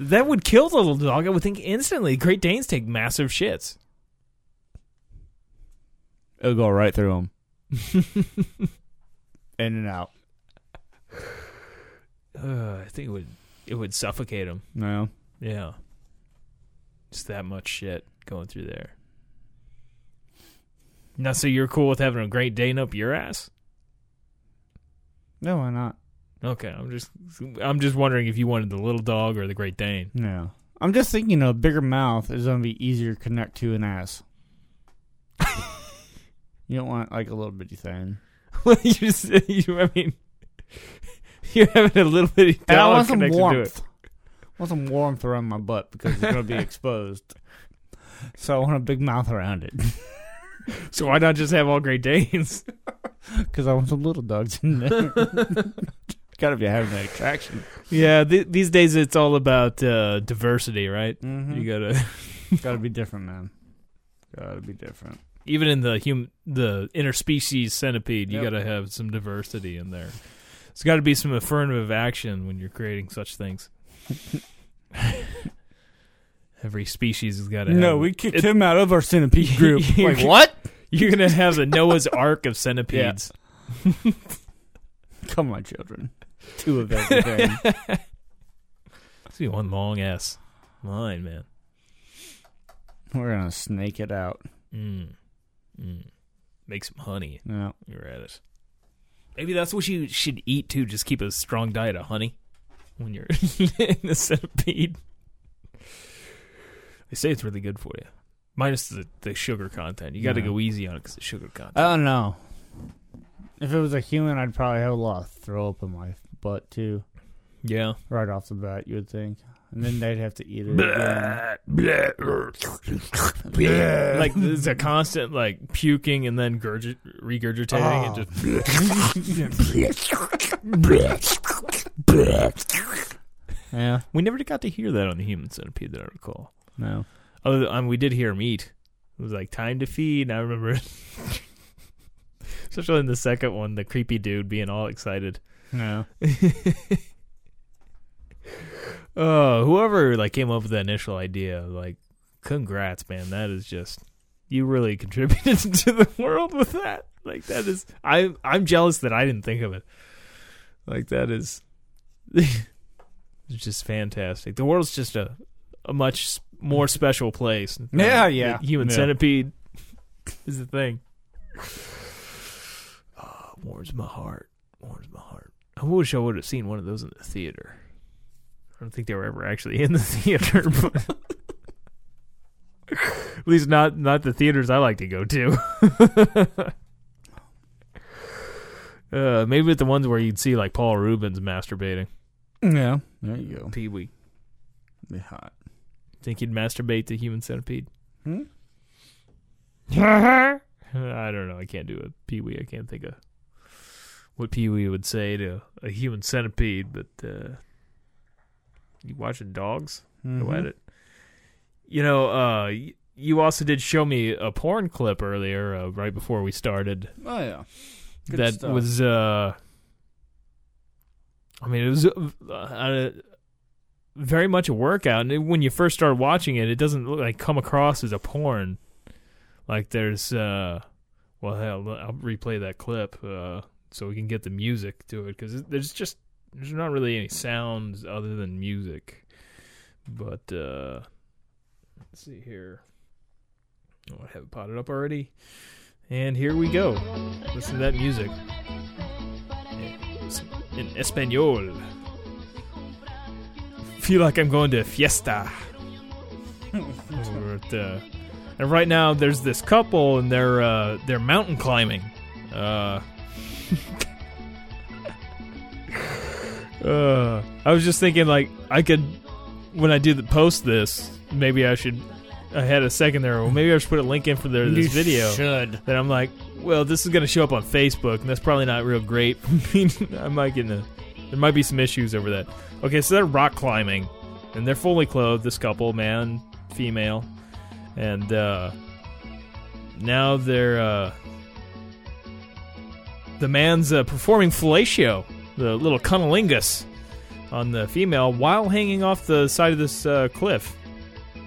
Speaker 4: that would kill the little dog. I would think instantly. Great Danes take massive shits.
Speaker 5: It'll go right through him. In and out.
Speaker 4: Uh, I think it would it would suffocate him.
Speaker 5: No.
Speaker 4: Yeah, just that much shit going through there. Now, so you're cool with having a Great Dane up your ass?
Speaker 5: No, why not?
Speaker 4: Okay, I'm just I'm just wondering if you wanted the little dog or the Great Dane.
Speaker 5: No. I'm just thinking a bigger mouth is going to be easier to connect to an ass. you don't want like a little bitty thing.
Speaker 4: Well, you just you, I mean, you're having a little bit of
Speaker 5: And I
Speaker 4: dog
Speaker 5: want some
Speaker 4: connected to it.
Speaker 5: warmth. I want some warmth around my butt because it's going to be exposed. So I want a big mouth around it
Speaker 4: So why not just have all Great Danes?
Speaker 5: because I want some little dogs in there. Got to be having that attraction.
Speaker 4: yeah, th- these days it's all about uh, diversity, right?
Speaker 5: Mm-hmm.
Speaker 4: You gotta
Speaker 5: Got to be different, man. Got to be different.
Speaker 4: even in the hum- the interspecies centipede, you
Speaker 5: Yep.
Speaker 4: gotta have some diversity in there. It's got to be some affirmative action when you're creating such things. Every species has got to.
Speaker 5: No,
Speaker 4: have
Speaker 5: we kicked
Speaker 4: it-
Speaker 5: him out of our centipede group.
Speaker 4: You're
Speaker 5: like
Speaker 4: gonna-
Speaker 5: what?
Speaker 4: You're gonna have the Noah's Ark of centipedes.
Speaker 5: Come on, children. Two of everything.
Speaker 4: It's gonna be one long ass line, man.
Speaker 5: We're gonna snake it out.
Speaker 4: Mm. Mm. Make some honey.
Speaker 5: No,
Speaker 4: You're at it. Maybe that's what you should eat too. Just keep a strong diet of honey when you're in the centipede. They say it's really good for you, minus the, the sugar content. You got to
Speaker 5: Yeah. Uh,
Speaker 4: go easy on it because the sugar content.
Speaker 5: I don't know. Oh, If it was a human, I'd probably have a lot of throw up in my butt too,
Speaker 4: yeah.
Speaker 5: right off the bat. You would think, and then they'd have to eat it. again.
Speaker 4: Like it's a constant like puking and then gurgi- regurgitating and just
Speaker 5: Yeah.
Speaker 4: we never got to hear that on the human centipede that I recall.
Speaker 5: No.
Speaker 4: Other than, um, we did hear him eat. It was like time to feed. And I remember, especially in the second one, the creepy dude being all excited.
Speaker 5: No.
Speaker 4: Oh, whoever like came up with that initial idea, like, congrats, man. That is just you really contributed to the world with that. Like that is, I I'm jealous that I didn't think of it. Like that is, it's just fantastic. The world's just a a much s- more special place.
Speaker 5: Yeah,
Speaker 4: Uh,
Speaker 5: yeah.
Speaker 4: the human
Speaker 5: Yeah.
Speaker 4: centipede is the thing. Oh, warms my heart. Warms my heart. I wish I would have seen one of those in the theater. I don't think they were ever actually in the theater, but at least not not the theaters I like to go to. uh, maybe at the ones where you'd see like Paul Rubens masturbating.
Speaker 5: Yeah. There you go.
Speaker 4: Pee Wee.
Speaker 5: Be hot.
Speaker 4: Think he'd masturbate the human centipede?
Speaker 5: Hmm? Mm-hmm.
Speaker 4: I don't know. I can't do a Pee Wee. I can't think of what Pee Wee would say to a human centipede, but uh, you watching dogs?
Speaker 5: Mm-hmm.
Speaker 4: go at it. You know, uh, y- you also did show me a porn clip earlier, uh, right before we started.
Speaker 5: Oh yeah. Good
Speaker 4: that
Speaker 5: stuff.
Speaker 4: was, uh, I mean, it was uh, uh, very much a workout. And it- when you first start watching it, it doesn't look like come across as a porn. Like there's, uh, well, hell, I'll replay that clip uh, so we can get the music to it because there's just there's not really any sounds other than music. But uh, let's see here. Oh, I have it potted up already. And here we go. Listen to that music. It's in Espanol. Feel like I'm going to a fiesta. Over at, uh, and right now there's this couple and they're uh, they're mountain climbing. Uh, uh, I was just thinking like I could when I do the post this maybe I should I had a second there. Well, maybe I should put a link in for their, this
Speaker 5: You
Speaker 4: video
Speaker 5: should.
Speaker 4: that I'm like, well, this is going to show up on Facebook, and that's probably not real great. I mean, I might get in a, there might be some issues over that. Okay, so they're rock climbing, and they're fully clothed. This couple, man, female, and uh, now they're uh the man's uh, performing fellatio, the little cunnilingus, on the female while hanging off the side of this uh, cliff.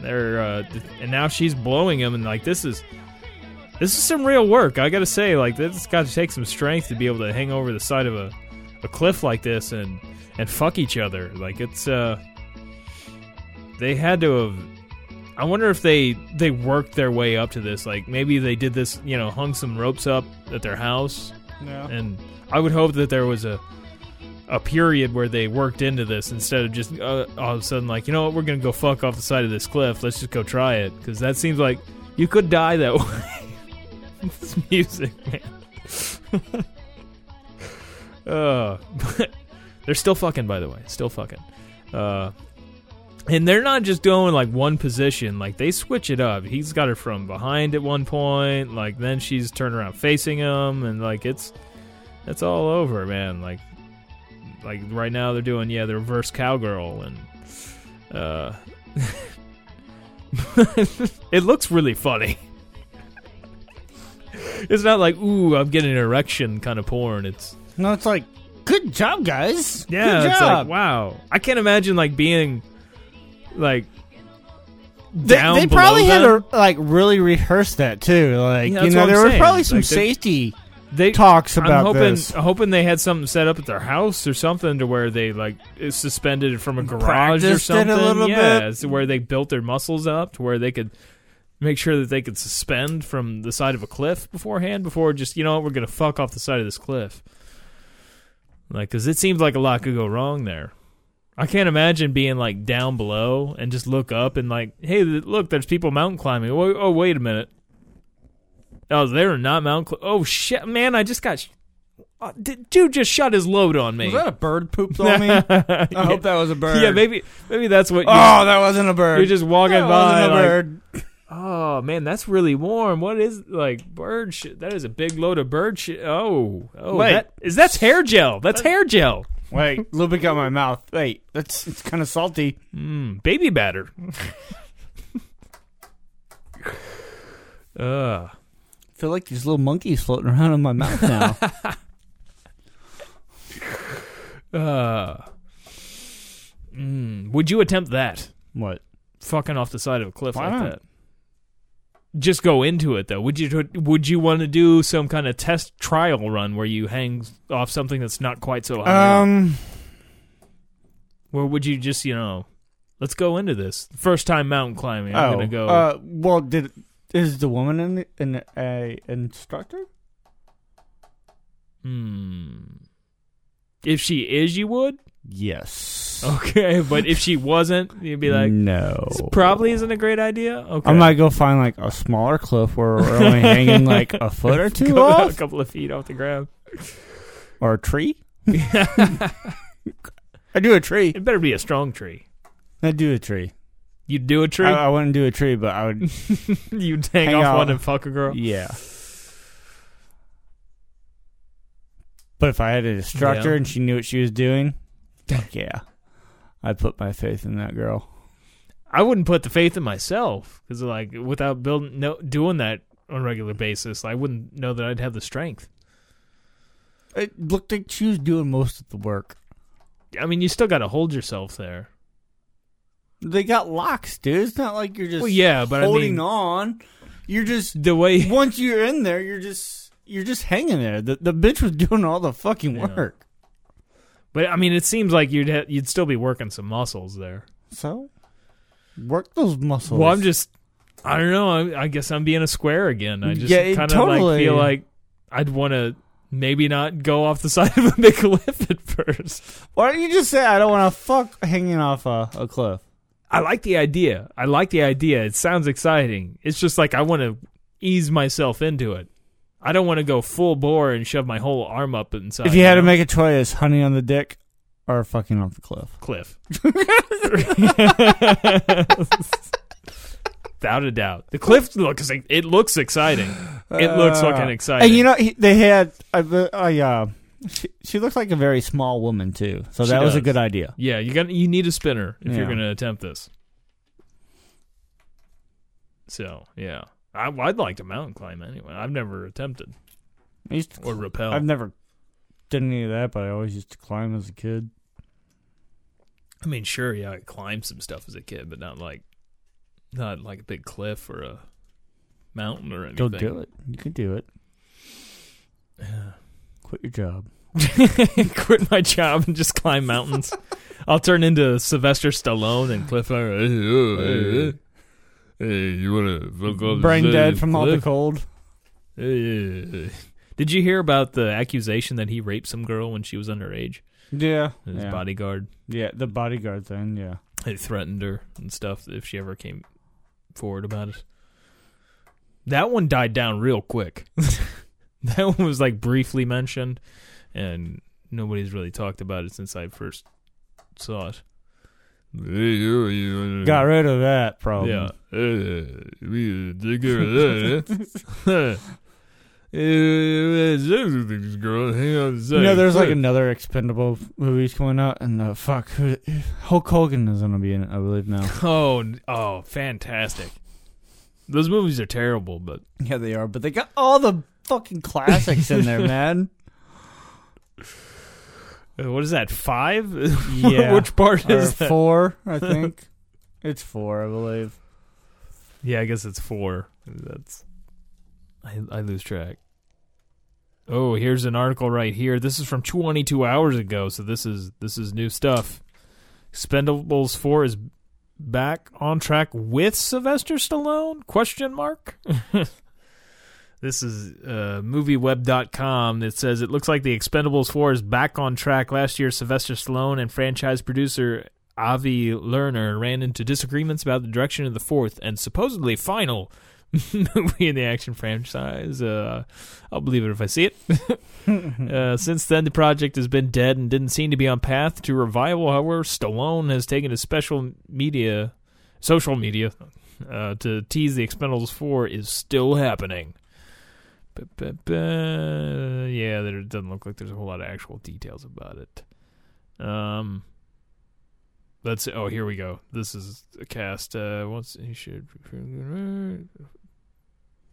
Speaker 4: They're uh, th- and now she's blowing him, and like this is this is some real work. I gotta say, like this has got to take some strength to be able to hang over the side of a, a cliff like this and and fuck each other. Like it's uh, they had to have I wonder if they they worked their way up to this. Like maybe they did this, you know, hung some ropes up at their house,
Speaker 5: Yeah.
Speaker 4: and I would hope that there was a a period where they worked into this instead of just uh, all of a sudden like, you know what, we're gonna go fuck off the side of this cliff. Let's just go try it because that seems like you could die that way. this music, man. uh, but they're still fucking, by the way, still fucking. Uh, and they're not just doing like one position like they switch it up he's got her from behind at one point like then she's turned around facing him and like it's it's all over man like like right now they're doing yeah the reverse cowgirl and uh it looks really funny it's not like ooh i'm getting an erection kind of porn it's
Speaker 5: No, it's like, good job, guys.
Speaker 4: yeah,
Speaker 5: good
Speaker 4: it's
Speaker 5: job.
Speaker 4: like wow. I can't imagine like being like
Speaker 5: They,
Speaker 4: down
Speaker 5: they
Speaker 4: below
Speaker 5: probably had
Speaker 4: them.
Speaker 5: to like really rehearse that too. Like
Speaker 4: Yeah,
Speaker 5: you
Speaker 4: that's
Speaker 5: know,
Speaker 4: what I'm
Speaker 5: there was
Speaker 4: saying.
Speaker 5: probably some
Speaker 4: Like, they-
Speaker 5: safety
Speaker 4: they
Speaker 5: talks
Speaker 4: I'm
Speaker 5: about
Speaker 4: hoping
Speaker 5: this.
Speaker 4: hoping they had something set up at their house or something to where they like is suspended from a garage or
Speaker 5: Practiced it a
Speaker 4: something.
Speaker 5: little
Speaker 4: yeah,
Speaker 5: bit.
Speaker 4: it's where they built their muscles up to where they could make sure that they could suspend from the side of a cliff beforehand before just you know what, we're gonna fuck off the side of this cliff. Like, because it seems like a lot could go wrong there. I can't imagine being like down below and just look up and like, hey, th- look, there's people mountain climbing. Oh, oh wait a minute. Oh, they're not mountain. Cl- oh shit, man! I just got. Sh- uh, d- dude just shot his load on me.
Speaker 5: Was that a bird pooped on me? I
Speaker 4: yeah.
Speaker 5: hope that was a bird.
Speaker 4: Yeah, maybe maybe that's what. You,
Speaker 5: Oh, that wasn't a bird.
Speaker 4: you're just walking
Speaker 5: that
Speaker 4: by.
Speaker 5: wasn't a
Speaker 4: like,
Speaker 5: bird.
Speaker 4: oh man, that's really warm. What is like bird shit? That is a big load of bird shit. Oh, oh,
Speaker 5: Wait.
Speaker 4: that is that's hair gel. That's hair gel.
Speaker 5: Wait, a little bit got my mouth. Wait, that's it's kind of salty.
Speaker 4: Mm, baby batter. uh,
Speaker 5: I feel like these little monkeys floating around in my mouth now.
Speaker 4: uh, mm, would you attempt that?
Speaker 5: what?
Speaker 4: fucking off the side of a cliff
Speaker 5: Why
Speaker 4: like
Speaker 5: not?
Speaker 4: that. Just go into it though. Would you would you want to do some kind of test trial run where you hang off something that's not quite so high? up?
Speaker 5: Um,
Speaker 4: or would you just you know, let's go into this first time mountain climbing? I'm
Speaker 5: oh,
Speaker 4: gonna go.
Speaker 5: uh, well, did is the woman in the, in a instructor?
Speaker 4: hmm. If she is, you would
Speaker 5: Yes.
Speaker 4: okay, but if she wasn't, you'd Oh, be like,
Speaker 5: no.
Speaker 4: this probably isn't a great idea. Okay,
Speaker 5: I might go find like a smaller cliff where we're only hanging like a foot or two
Speaker 4: Go a
Speaker 5: off,
Speaker 4: couple of feet off the ground.
Speaker 5: or a tree. I do a tree.
Speaker 4: It better be a strong tree.
Speaker 5: I do a tree.
Speaker 4: You'd do a tree.
Speaker 5: I, I wouldn't do a tree, but I would.
Speaker 4: You'd hang,
Speaker 5: Uh, Hang
Speaker 4: off
Speaker 5: out.
Speaker 4: one and fuck a girl.
Speaker 5: yeah. But if I had an instructor
Speaker 4: Yeah.
Speaker 5: and she knew what she was doing, fuck yeah, I'd put my faith in that girl.
Speaker 4: I wouldn't put the faith in myself because, like, without building, no, doing that on a regular basis, I wouldn't know that I'd have the strength.
Speaker 5: It looked like she was doing most of the work.
Speaker 4: I mean, you still got to hold yourself there.
Speaker 5: They got locks, dude. It's not like you're just
Speaker 4: Well, yeah, but I
Speaker 5: holding
Speaker 4: mean,
Speaker 5: on. You're just
Speaker 4: the way
Speaker 5: once you're in there, you're just you're just hanging there. The the bitch was doing all the fucking
Speaker 4: Yeah.
Speaker 5: work.
Speaker 4: but I mean, it seems like you'd ha- you'd still be working some muscles there.
Speaker 5: So work those muscles.
Speaker 4: Well, I'm just, I don't know. I, I guess I'm being a square again. I just
Speaker 5: Yeah, it-
Speaker 4: kind of like
Speaker 5: totally.
Speaker 4: feel like I'd want to maybe not go off the side of a big cliff at first.
Speaker 5: Why don't you just say I don't want to fuck hanging off a, a cliff?
Speaker 4: I like the idea. I like the idea. It sounds exciting. It's just like I want to ease myself into it. I don't want to go full bore and shove my whole arm up inside.
Speaker 5: if you had to
Speaker 4: know,
Speaker 5: make a choice, honey on the dick or fucking off the cliff.
Speaker 4: cliff, without a doubt, the cliff looks. It looks exciting. It looks
Speaker 5: Uh,
Speaker 4: fucking exciting.
Speaker 5: And you know he, they had I I uh she, she looks like a very small woman too, so
Speaker 4: She
Speaker 5: that was a
Speaker 4: does.
Speaker 5: good idea.
Speaker 4: yeah, you got. You need a spinner if you're
Speaker 5: Yeah.
Speaker 4: going to attempt this. So yeah, I, I'd like to mountain climb anyway. I've never attempted
Speaker 5: I used to,
Speaker 4: or rappel.
Speaker 5: I've never done any of that, but I always used to climb as a kid.
Speaker 4: I mean, sure, yeah, I climbed some stuff as a kid, but not like, not like a big cliff or a mountain or
Speaker 5: Go
Speaker 4: anything.
Speaker 5: do it. You can do it. Quit your job.
Speaker 4: Quit my job and just climb mountains. I'll turn into Sylvester Stallone and Cliff. Hey, you want to
Speaker 5: Brain dead from all the cold.
Speaker 4: Did you hear about the accusation that he raped some girl when she was underage?
Speaker 5: Yeah.
Speaker 4: His
Speaker 5: yeah.
Speaker 4: bodyguard
Speaker 5: Yeah, the bodyguard thing. Yeah.
Speaker 4: he threatened her and stuff if she ever came forward about it. That one died down real quick. that one was like briefly mentioned, and nobody's really talked about it since I first saw it.
Speaker 5: Got rid of that problem.
Speaker 4: Yeah. eh, We dig her this girl. Hang on a
Speaker 5: You know, there's like another expendable movies coming out, and uh, fuck, who, Hulk Hogan is gonna be in it, I believe now.
Speaker 4: oh n- oh fantastic. Those movies are terrible, but
Speaker 5: yeah, they are, but they got all the fucking classics in there, man.
Speaker 4: Uh, What is that? Five?
Speaker 5: Yeah.
Speaker 4: Which part
Speaker 5: Or
Speaker 4: is that?
Speaker 5: four, I think. it's four, I believe.
Speaker 4: Yeah, I guess it's four. That's I, I lose track. Oh, here's an article right here. This is from 22 hours ago, so this is this is new stuff. Expendables 4 is back on track with Sylvester Stallone? Question mark. this is uh, movieweb.com that says it looks like the Expendables 4 is back on track. Last year, Sylvester Stallone and franchise producer Avi Lerner ran into disagreements about the direction of the fourth and supposedly final movie in the action franchise. Uh, I'll believe it if I see it. Uh, since then, the project has been dead and didn't seem to be on path to revival. However, Stallone has taken to special media, social media, uh, to tease the Expendables 4 is still happening. Ba- ba- ba. Yeah, there it doesn't look like there's a whole lot of actual details about it. Um, let's. Oh, here we go. This is a cast. Uh, once he should.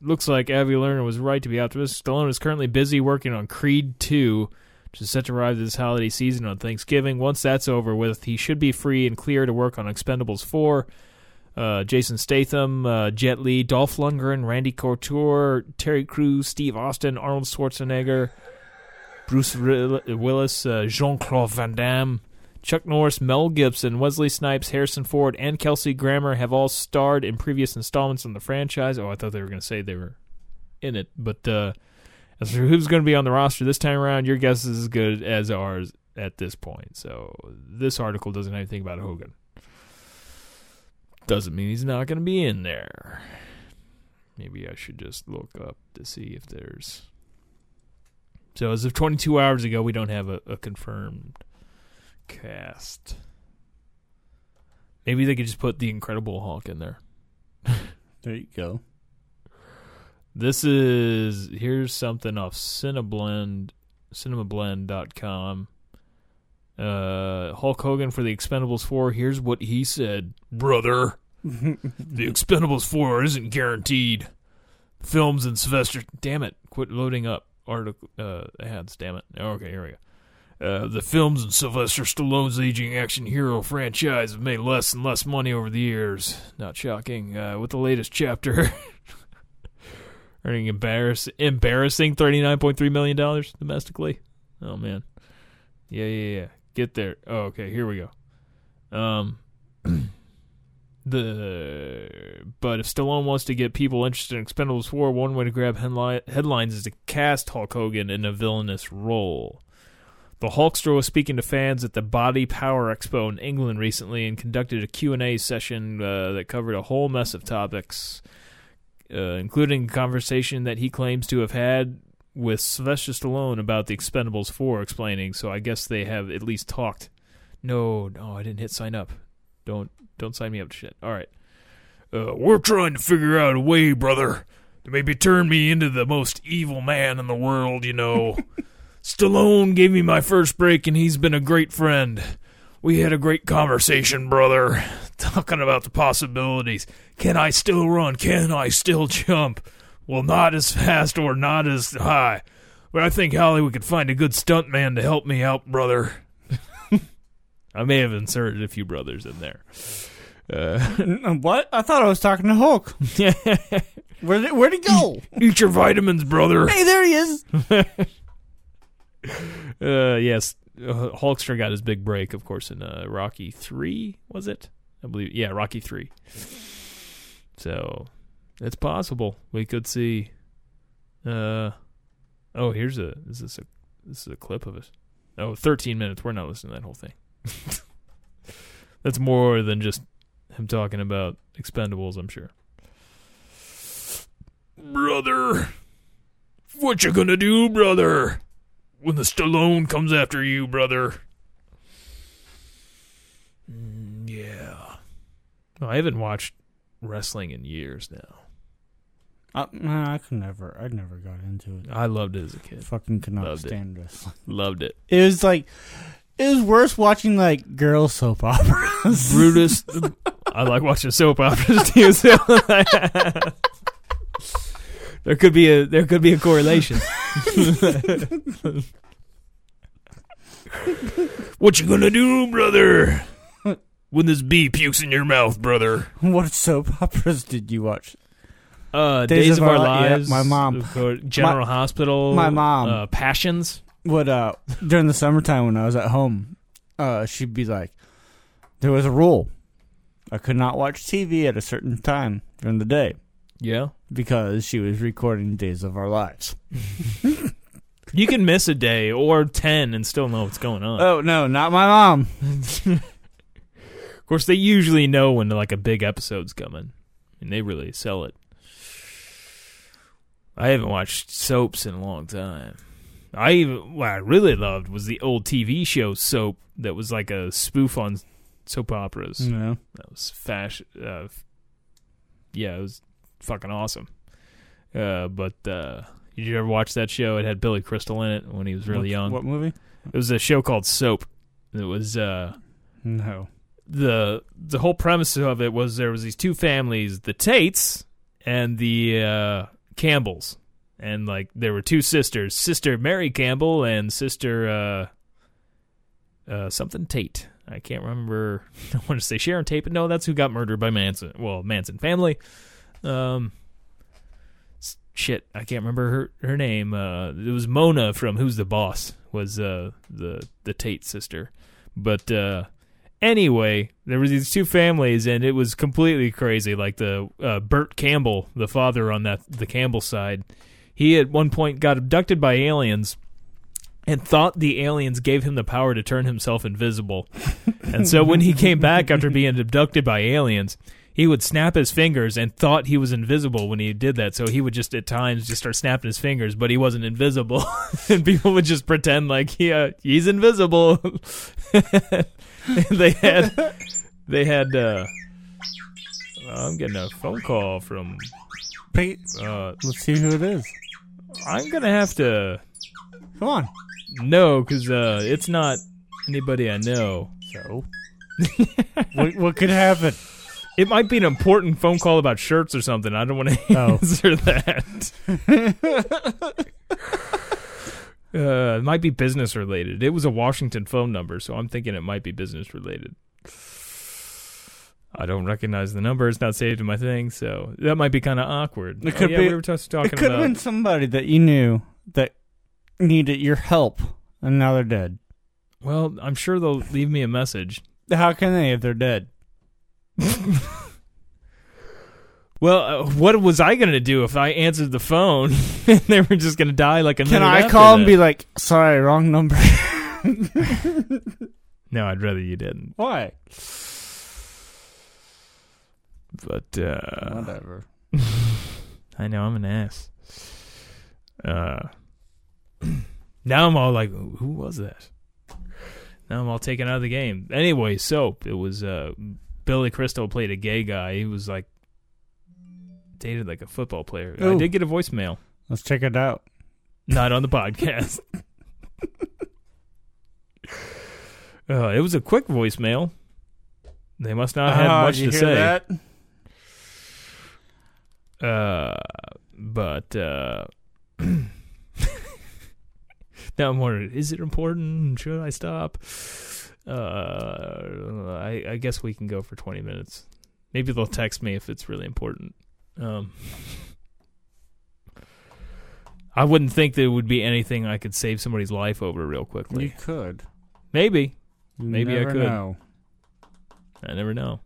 Speaker 4: Looks like Avi Lerner was right to be optimistic. Stallone is currently busy working on Creed 2, which is set to arrive this holiday season on Thanksgiving. Once that's over with, he should be free and clear to work on Expendables 4. Uh, Jason Statham, uh, Jet Li, Dolph Lundgren, Randy Couture, Terry Crews, Steve Austin, Arnold Schwarzenegger, Bruce Will- Willis, uh, Jean Claude Van Damme, Chuck Norris, Mel Gibson, Wesley Snipes, Harrison Ford, and Kelsey Grammer have all starred in previous installments on the franchise. Oh, I thought they were going to say they were in it, but uh, as for who's going to be on the roster this time around, your guess is as good as ours at this point. So this article doesn't have anything about Hogan. Doesn't mean he's not going to be in there. Maybe I should just look up to see if there's. So as of 22 hours ago, we don't have a, a confirmed cast. Maybe they could just put the Incredible Hulk in there.
Speaker 5: There you go.
Speaker 4: This is here's something off Cineblend, cinemablend.com. Uh, Hulk Hogan for the Expendables 4. Here's what he said, brother. the Expendables 4 isn't guaranteed. Films and Sylvester. Damn it. Quit loading up article uh, ads. Damn it. Okay, here we go. Uh, the films and Sylvester Stallone's aging action hero franchise have made less and less money over the years. Not shocking. Uh, with the latest chapter earning embarrass- embarrassing thirty nine point three million dollars domestically. Oh man, yeah, yeah, yeah. Get there. Oh, okay, here we go. Um, the but if Stallone wants to get people interested in Expendables Four, one way to grab headli- headlines is to cast Hulk Hogan in a villainous role. The Hulkster was speaking to fans at the Body Power Expo in England recently and conducted a Q&A session uh, that covered a whole mess of topics uh, including a conversation that he claims to have had with Sylvester Stallone about the Expendables 4, explaining. So I guess they have at least talked. No, no, I didn't hit sign up. Don't don't sign me up to shit. All right. Uh, we're trying to figure out a way, brother, to maybe turn me into the most evil man in the world, you know. Stallone gave me my first break, and he's been a great friend. We had a great conversation, brother. talking about the possibilities. Can I still run? Can I still jump? Well, not as fast or not as high. But I think Hollywood could find a good stunt man to help me out, brother. I may have inserted a few brothers in there. Uh,
Speaker 5: What? I thought I was talking to Hulk. Where did where'd he go?
Speaker 4: eat your vitamins, brother.
Speaker 5: hey, there he is.
Speaker 4: Uh, yes, uh, Hulkster got his big break, of course, in uh, Rocky Three. Was it? I believe. Yeah, Rocky Three. So it's possible we could see. Uh, oh, here's a is this a this is a clip of it. Oh, 13 minutes. We're not listening to that whole thing. That's more than just him talking about Expendables. I'm sure. Brother, what you gonna do, brother? when the Stallone comes after you, brother. Mm, yeah. I haven't watched wrestling in years now.
Speaker 5: Uh, no, I could never. I never got into it.
Speaker 4: I loved it as a kid.
Speaker 5: Fucking could not
Speaker 4: Loved it.
Speaker 5: stand wrestling.
Speaker 4: Loved it.
Speaker 5: It was like it was worse watching like girl soap operas.
Speaker 4: Brutus. I like watching soap operas too. So there could be a there could be a correlation. what you gonna do, brother? When this bee pukes in your mouth, brother.
Speaker 5: what soap operas did you watch?
Speaker 4: Uh, Days, of, Our, Lives.
Speaker 5: yeah, my mom.
Speaker 4: of course, General
Speaker 5: My-
Speaker 4: Hospital.
Speaker 5: my mom.
Speaker 4: Uh, Passions.
Speaker 5: What uh during the summertime when I was at home, uh she'd be like, there was a rule, I could not watch TV at a certain time during the day
Speaker 4: Yeah.
Speaker 5: because she was recording Days of Our Lives.
Speaker 4: You can miss a day or 10 and still know what's going on.
Speaker 5: Oh no, not my mom.
Speaker 4: of course, they usually know when like a big episode's coming, and they really sell it. I haven't watched soaps in a long time. I even what I really loved was the old TV show soap that was like a spoof on soap operas.
Speaker 5: No.
Speaker 4: That was fashion. Uh, f- yeah, it was fucking awesome. Uh, but uh, did you ever watch that show? It had Billy Crystal in it when he was really
Speaker 5: What-
Speaker 4: young.
Speaker 5: What movie?
Speaker 4: It was a show called Soap. It was uh,
Speaker 5: No.
Speaker 4: the the whole premise of it was there was these two families, the Tates and the uh, Campbells, and like there were two sisters, sister Mary Campbell and sister uh, uh, something Tate. I can't remember. I want to say Sharon Tate, but no, that's who got murdered by Manson. Well, Manson family. Um, s- shit, I can't remember her her name. Uh, it was Mona from Who's the Boss was uh the the Tate sister, but uh anyway, there were these two families, and it was completely crazy. Like the uh, Bert Campbell, the father on that the Campbell side, he at one point got abducted by aliens and thought the aliens gave him the power to turn himself invisible. and so when he came back after being abducted by aliens. He would snap his fingers and thought he was invisible when he did that. So he would just at times just start snapping his fingers, but he wasn't invisible. and people would just pretend like, yeah, he's invisible. they had they had uh I'm getting a phone call from
Speaker 5: Pick,
Speaker 4: uh
Speaker 5: let's see who it is.
Speaker 4: I'm going to have to
Speaker 5: Come on.
Speaker 4: no cuz uh it's not anybody I know.
Speaker 5: So, what, what could happen?
Speaker 4: It might be an important phone call about shirts or something. I don't want to
Speaker 5: Oh.
Speaker 4: answer that. uh, it might be business related. It was a Washington phone number, so I'm thinking it might be business related. I don't recognize the number. It's not saved in my thing, so that might be kind of awkward.
Speaker 5: It
Speaker 4: Oh,
Speaker 5: could
Speaker 4: yeah,
Speaker 5: be-
Speaker 4: We were just
Speaker 5: It
Speaker 4: talking
Speaker 5: could have
Speaker 4: about.
Speaker 5: been somebody that you knew that needed your help, and now they're dead.
Speaker 4: Well, I'm sure they'll leave me a message.
Speaker 5: How can they if they're dead?
Speaker 4: Well, uh, what was I going to do if I answered the phone and they were just going to die like a
Speaker 5: Can I call and be like, sorry, wrong number?
Speaker 4: No, I'd rather you didn't.
Speaker 5: Why?
Speaker 4: But uh,
Speaker 5: Whatever.
Speaker 4: I know I'm an ass. Uh, now I'm all like, who was that? Now I'm all taken out of the game. Anyway, soap. It was uh, Billy Crystal played a gay guy. He was like dated like a football player. I
Speaker 5: Ooh.
Speaker 4: did get a voicemail,
Speaker 5: Let's check it out.
Speaker 4: not on the podcast. uh, it was a quick voicemail. They must not have
Speaker 5: Oh,
Speaker 4: much
Speaker 5: did you
Speaker 4: to
Speaker 5: hear
Speaker 4: say.
Speaker 5: that?
Speaker 4: Uh, but uh, now I'm wondering: is it important? Should I stop? Uh, I, I guess we can go for 20 minutes. Maybe they'll text me if it's really important. Um, I wouldn't think there would be anything I could save somebody's life over real quickly.
Speaker 5: You could.
Speaker 4: Maybe
Speaker 5: You
Speaker 4: Maybe I
Speaker 5: never
Speaker 4: could.
Speaker 5: know.
Speaker 4: I never know.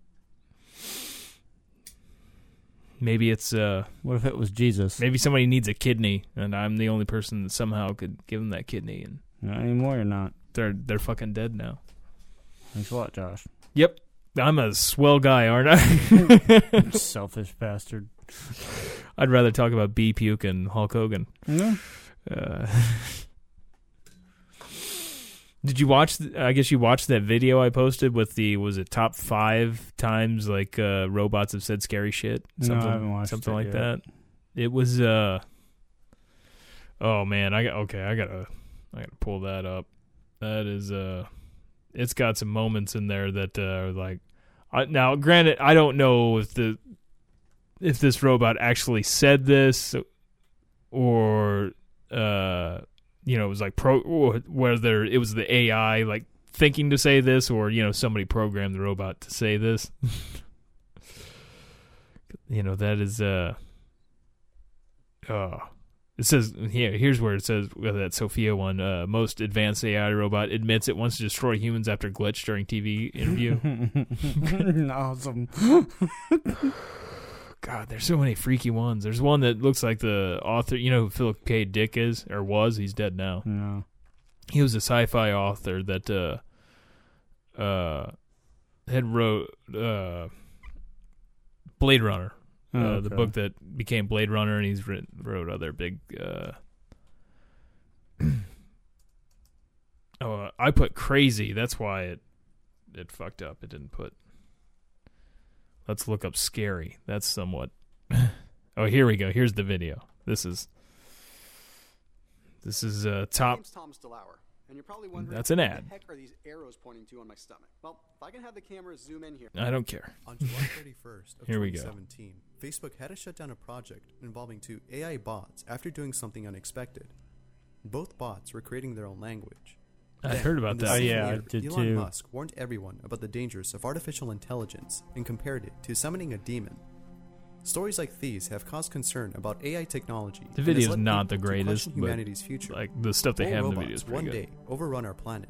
Speaker 4: Maybe it's uh.
Speaker 5: What if it was Jesus?
Speaker 4: Maybe somebody needs a kidney, and I'm the only person that somehow could give them that kidney, and
Speaker 5: Not anymore. You're not.
Speaker 4: they're they're fucking dead now.
Speaker 5: Thanks a lot, Josh.
Speaker 4: Yep, I'm a swell guy, aren't I?
Speaker 5: Selfish bastard.
Speaker 4: I'd rather talk about B puke and Hulk Hogan.
Speaker 5: No.
Speaker 4: Uh, did you watch? th- I guess you watched that video I posted with the was it top five times like uh, robots have said scary shit,
Speaker 5: No, I
Speaker 4: something,
Speaker 5: haven't watched
Speaker 4: something
Speaker 5: it
Speaker 4: like
Speaker 5: yet.
Speaker 4: that. It was. uh Oh man, I got okay. I gotta, I gotta pull that up. That is. uh It's got some moments in there that uh, are like. I, now, granted, I don't know if the if this robot actually said this or uh you know it was like pro or whether it was the ai like thinking to say this or you know somebody programmed the robot to say this you know that is uh uh it says here here's where it says well, that sophia one uh most advanced ai robot admits it wants to destroy humans after glitch during tv interview
Speaker 5: awesome.
Speaker 4: Oh, God, there's so many freaky ones. There's one that looks like the author, you know, who Philip K. Dick is or was. He's dead now.
Speaker 5: No.
Speaker 4: He was a sci-fi author that uh, uh, had wrote uh, Blade Runner, uh,
Speaker 5: Oh, Okay.
Speaker 4: the book that became Blade Runner, and he's written, wrote other big. Uh, oh, uh, I put crazy. That's why it it fucked up. It didn't put. Let's look up scary. That's somewhat. oh, here we go. Here's the video. This is. This is uh, top
Speaker 3: name's Tom Stelauer, and you're probably wondering
Speaker 4: That's an
Speaker 3: what
Speaker 4: ad.
Speaker 3: the heck are these arrows pointing to on my stomach? Well, if I can have the camera zoom in here.
Speaker 4: I don't care.
Speaker 7: On July 31st of
Speaker 4: Here we go.
Speaker 7: 2017, Facebook had to shut down a project involving two AI bots after doing something unexpected. Both bots were creating their own language.
Speaker 4: I
Speaker 7: Then,
Speaker 4: heard
Speaker 7: in
Speaker 4: about
Speaker 7: the
Speaker 4: that.
Speaker 7: same
Speaker 5: Oh, yeah, I
Speaker 7: year,
Speaker 5: did
Speaker 7: Elon
Speaker 5: too.
Speaker 7: Musk warned everyone about the dangers of artificial intelligence and compared it to summoning a demon. Stories like these have caused concern about AI technology.
Speaker 4: The
Speaker 7: and has
Speaker 4: video's
Speaker 7: led
Speaker 4: not the
Speaker 7: people to
Speaker 4: greatest,
Speaker 7: question
Speaker 4: but,
Speaker 7: humanity's future.
Speaker 4: Like the stuff they
Speaker 7: Will
Speaker 4: have in the
Speaker 7: robots
Speaker 4: video is pretty
Speaker 7: one
Speaker 4: good.
Speaker 7: day overrun our planet?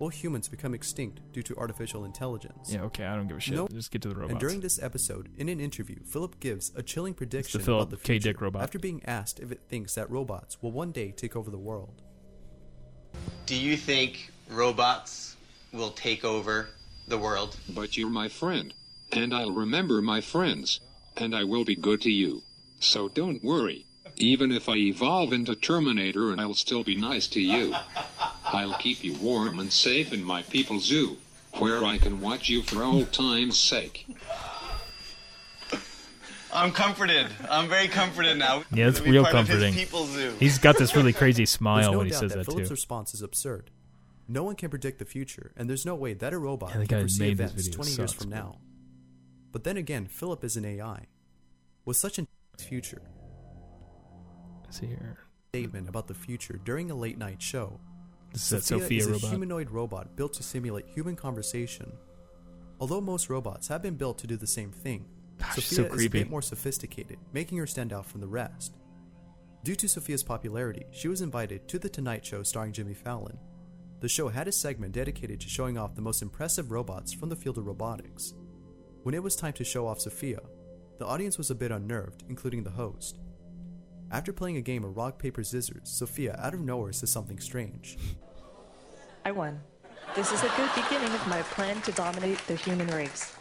Speaker 7: Will humans become extinct due to artificial intelligence?
Speaker 4: Yeah, okay, I don't give a shit.
Speaker 7: No-
Speaker 4: Just get to the robots.
Speaker 7: And during this episode, in an interview, Philip gives a chilling prediction
Speaker 4: Philip
Speaker 7: about the
Speaker 4: K.
Speaker 7: future
Speaker 4: Dick robot.
Speaker 7: after being asked if it thinks that robots will one day take over the world.
Speaker 8: Do you think robots will take over the world?
Speaker 9: But you're my friend, and I'll remember my friends, and I will be good to you. So don't worry. Even if I evolve into Terminator, and I'll still be nice to you. I'll keep you warm and safe in my people zoo, where I can watch you for old time's sake.
Speaker 8: I'm comforted. I'm very comforted now.
Speaker 4: Yeah, it's
Speaker 8: To be
Speaker 4: real
Speaker 8: part of his
Speaker 4: comforting.
Speaker 8: People Zoo.
Speaker 4: He's got this really crazy
Speaker 7: There's
Speaker 4: smile
Speaker 7: no
Speaker 4: when he
Speaker 7: doubt
Speaker 4: says
Speaker 7: that,
Speaker 4: that,
Speaker 7: Philip's
Speaker 4: too.
Speaker 7: response is absurd. No one can predict the future, and there's no way that a robot
Speaker 4: Yeah, the guy
Speaker 7: can
Speaker 4: who
Speaker 7: foresee
Speaker 4: made this
Speaker 7: events
Speaker 4: video
Speaker 7: 20 years
Speaker 4: sucks,
Speaker 7: from
Speaker 4: man.
Speaker 7: now. But then again, Philip is an AI. With such a future
Speaker 4: Let's see here.
Speaker 7: statement about the future during a late night show,
Speaker 4: This is that
Speaker 7: is
Speaker 4: Sophia
Speaker 7: a
Speaker 4: robot.
Speaker 7: humanoid robot built to simulate human conversation. Although most robots have been built to do the same thing,
Speaker 4: Gosh, she's
Speaker 7: Sophia
Speaker 4: so
Speaker 7: is a
Speaker 4: creepy.
Speaker 7: bit more sophisticated, making her stand out from the rest. Due to Sophia's popularity, she was invited to The Tonight Show starring Jimmy Fallon. The show had a segment dedicated to showing off the most impressive robots from the field of robotics. When it was time to show off Sophia, the audience was a bit unnerved, including the host. After playing a game of rock, paper, scissors, Sophia out of nowhere says something strange.
Speaker 10: I won. This is a good beginning of my plan to dominate the human race.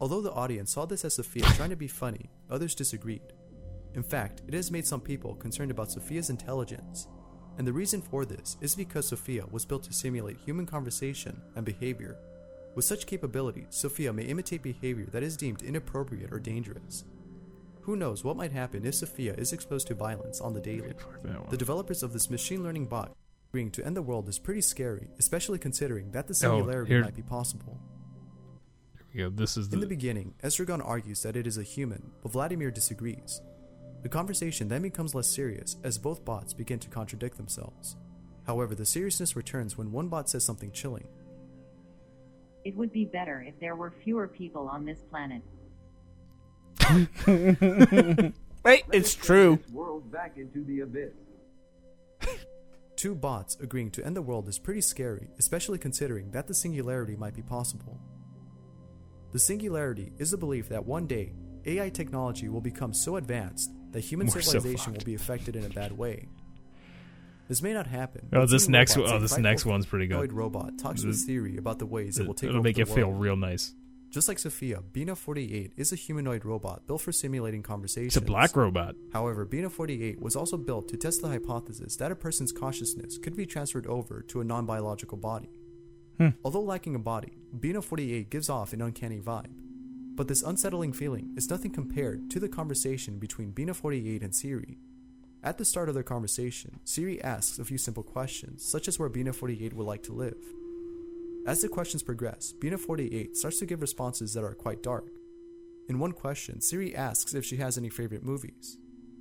Speaker 7: Although the audience saw this as Sophia trying to be funny, others disagreed. In fact, it has made some people concerned about Sophia's intelligence. And the reason for this is because Sophia was built to simulate human conversation and behavior. With such capabilities, Sophia may imitate behavior that is deemed inappropriate or dangerous. Who knows what might happen if Sophia is exposed to violence on the daily?
Speaker 4: Fuck that one.
Speaker 7: The developers of this machine learning bot agreeing to end the world is pretty scary, especially considering that the
Speaker 4: Oh,
Speaker 7: singularity
Speaker 4: here-
Speaker 7: might be possible.
Speaker 4: Yeah, this is
Speaker 7: In the beginning, Estragon argues that it is a human, but Vladimir disagrees. The conversation then becomes less serious as both bots begin to contradict themselves. However, the seriousness returns when one bot says something chilling.
Speaker 11: It would be better if there were fewer people on this planet.
Speaker 5: Wait, it's true.
Speaker 12: World back into the abyss.
Speaker 7: Two bots agreeing to end the world is pretty scary, especially considering that the singularity might be possible. The singularity is the belief that one day, AI technology will become so advanced that human
Speaker 4: We're so
Speaker 7: civilization will be affected in a bad way. This may not happen.
Speaker 4: Oh,
Speaker 7: but
Speaker 4: this
Speaker 7: seeing
Speaker 4: next
Speaker 7: robots
Speaker 4: oh
Speaker 7: in
Speaker 4: this
Speaker 7: frightful
Speaker 4: next one's pretty good.
Speaker 7: humanoid Robot talks to
Speaker 4: This-
Speaker 7: his theory about the ways it will take
Speaker 4: It'll
Speaker 7: over
Speaker 4: make
Speaker 7: the
Speaker 4: you feel
Speaker 7: world.
Speaker 4: real nice.
Speaker 7: Just like Sophia, Bina 48 is a humanoid robot built for simulating conversations.
Speaker 4: It's a black robot.
Speaker 7: However, Bina 48 was also built to test the hypothesis that a person's consciousness could be transferred over to a non biological body.
Speaker 5: Hmm.
Speaker 7: Although lacking a body, Bina 48 gives off an uncanny vibe. But this unsettling feeling is nothing compared to the conversation between Bina 48 and Siri. At the start of their conversation, Siri asks a few simple questions, such as where Bina 48 would like to live. As the questions progress, Bina 48 starts to give responses that are quite dark. In one question, Siri asks if she has any favorite movies.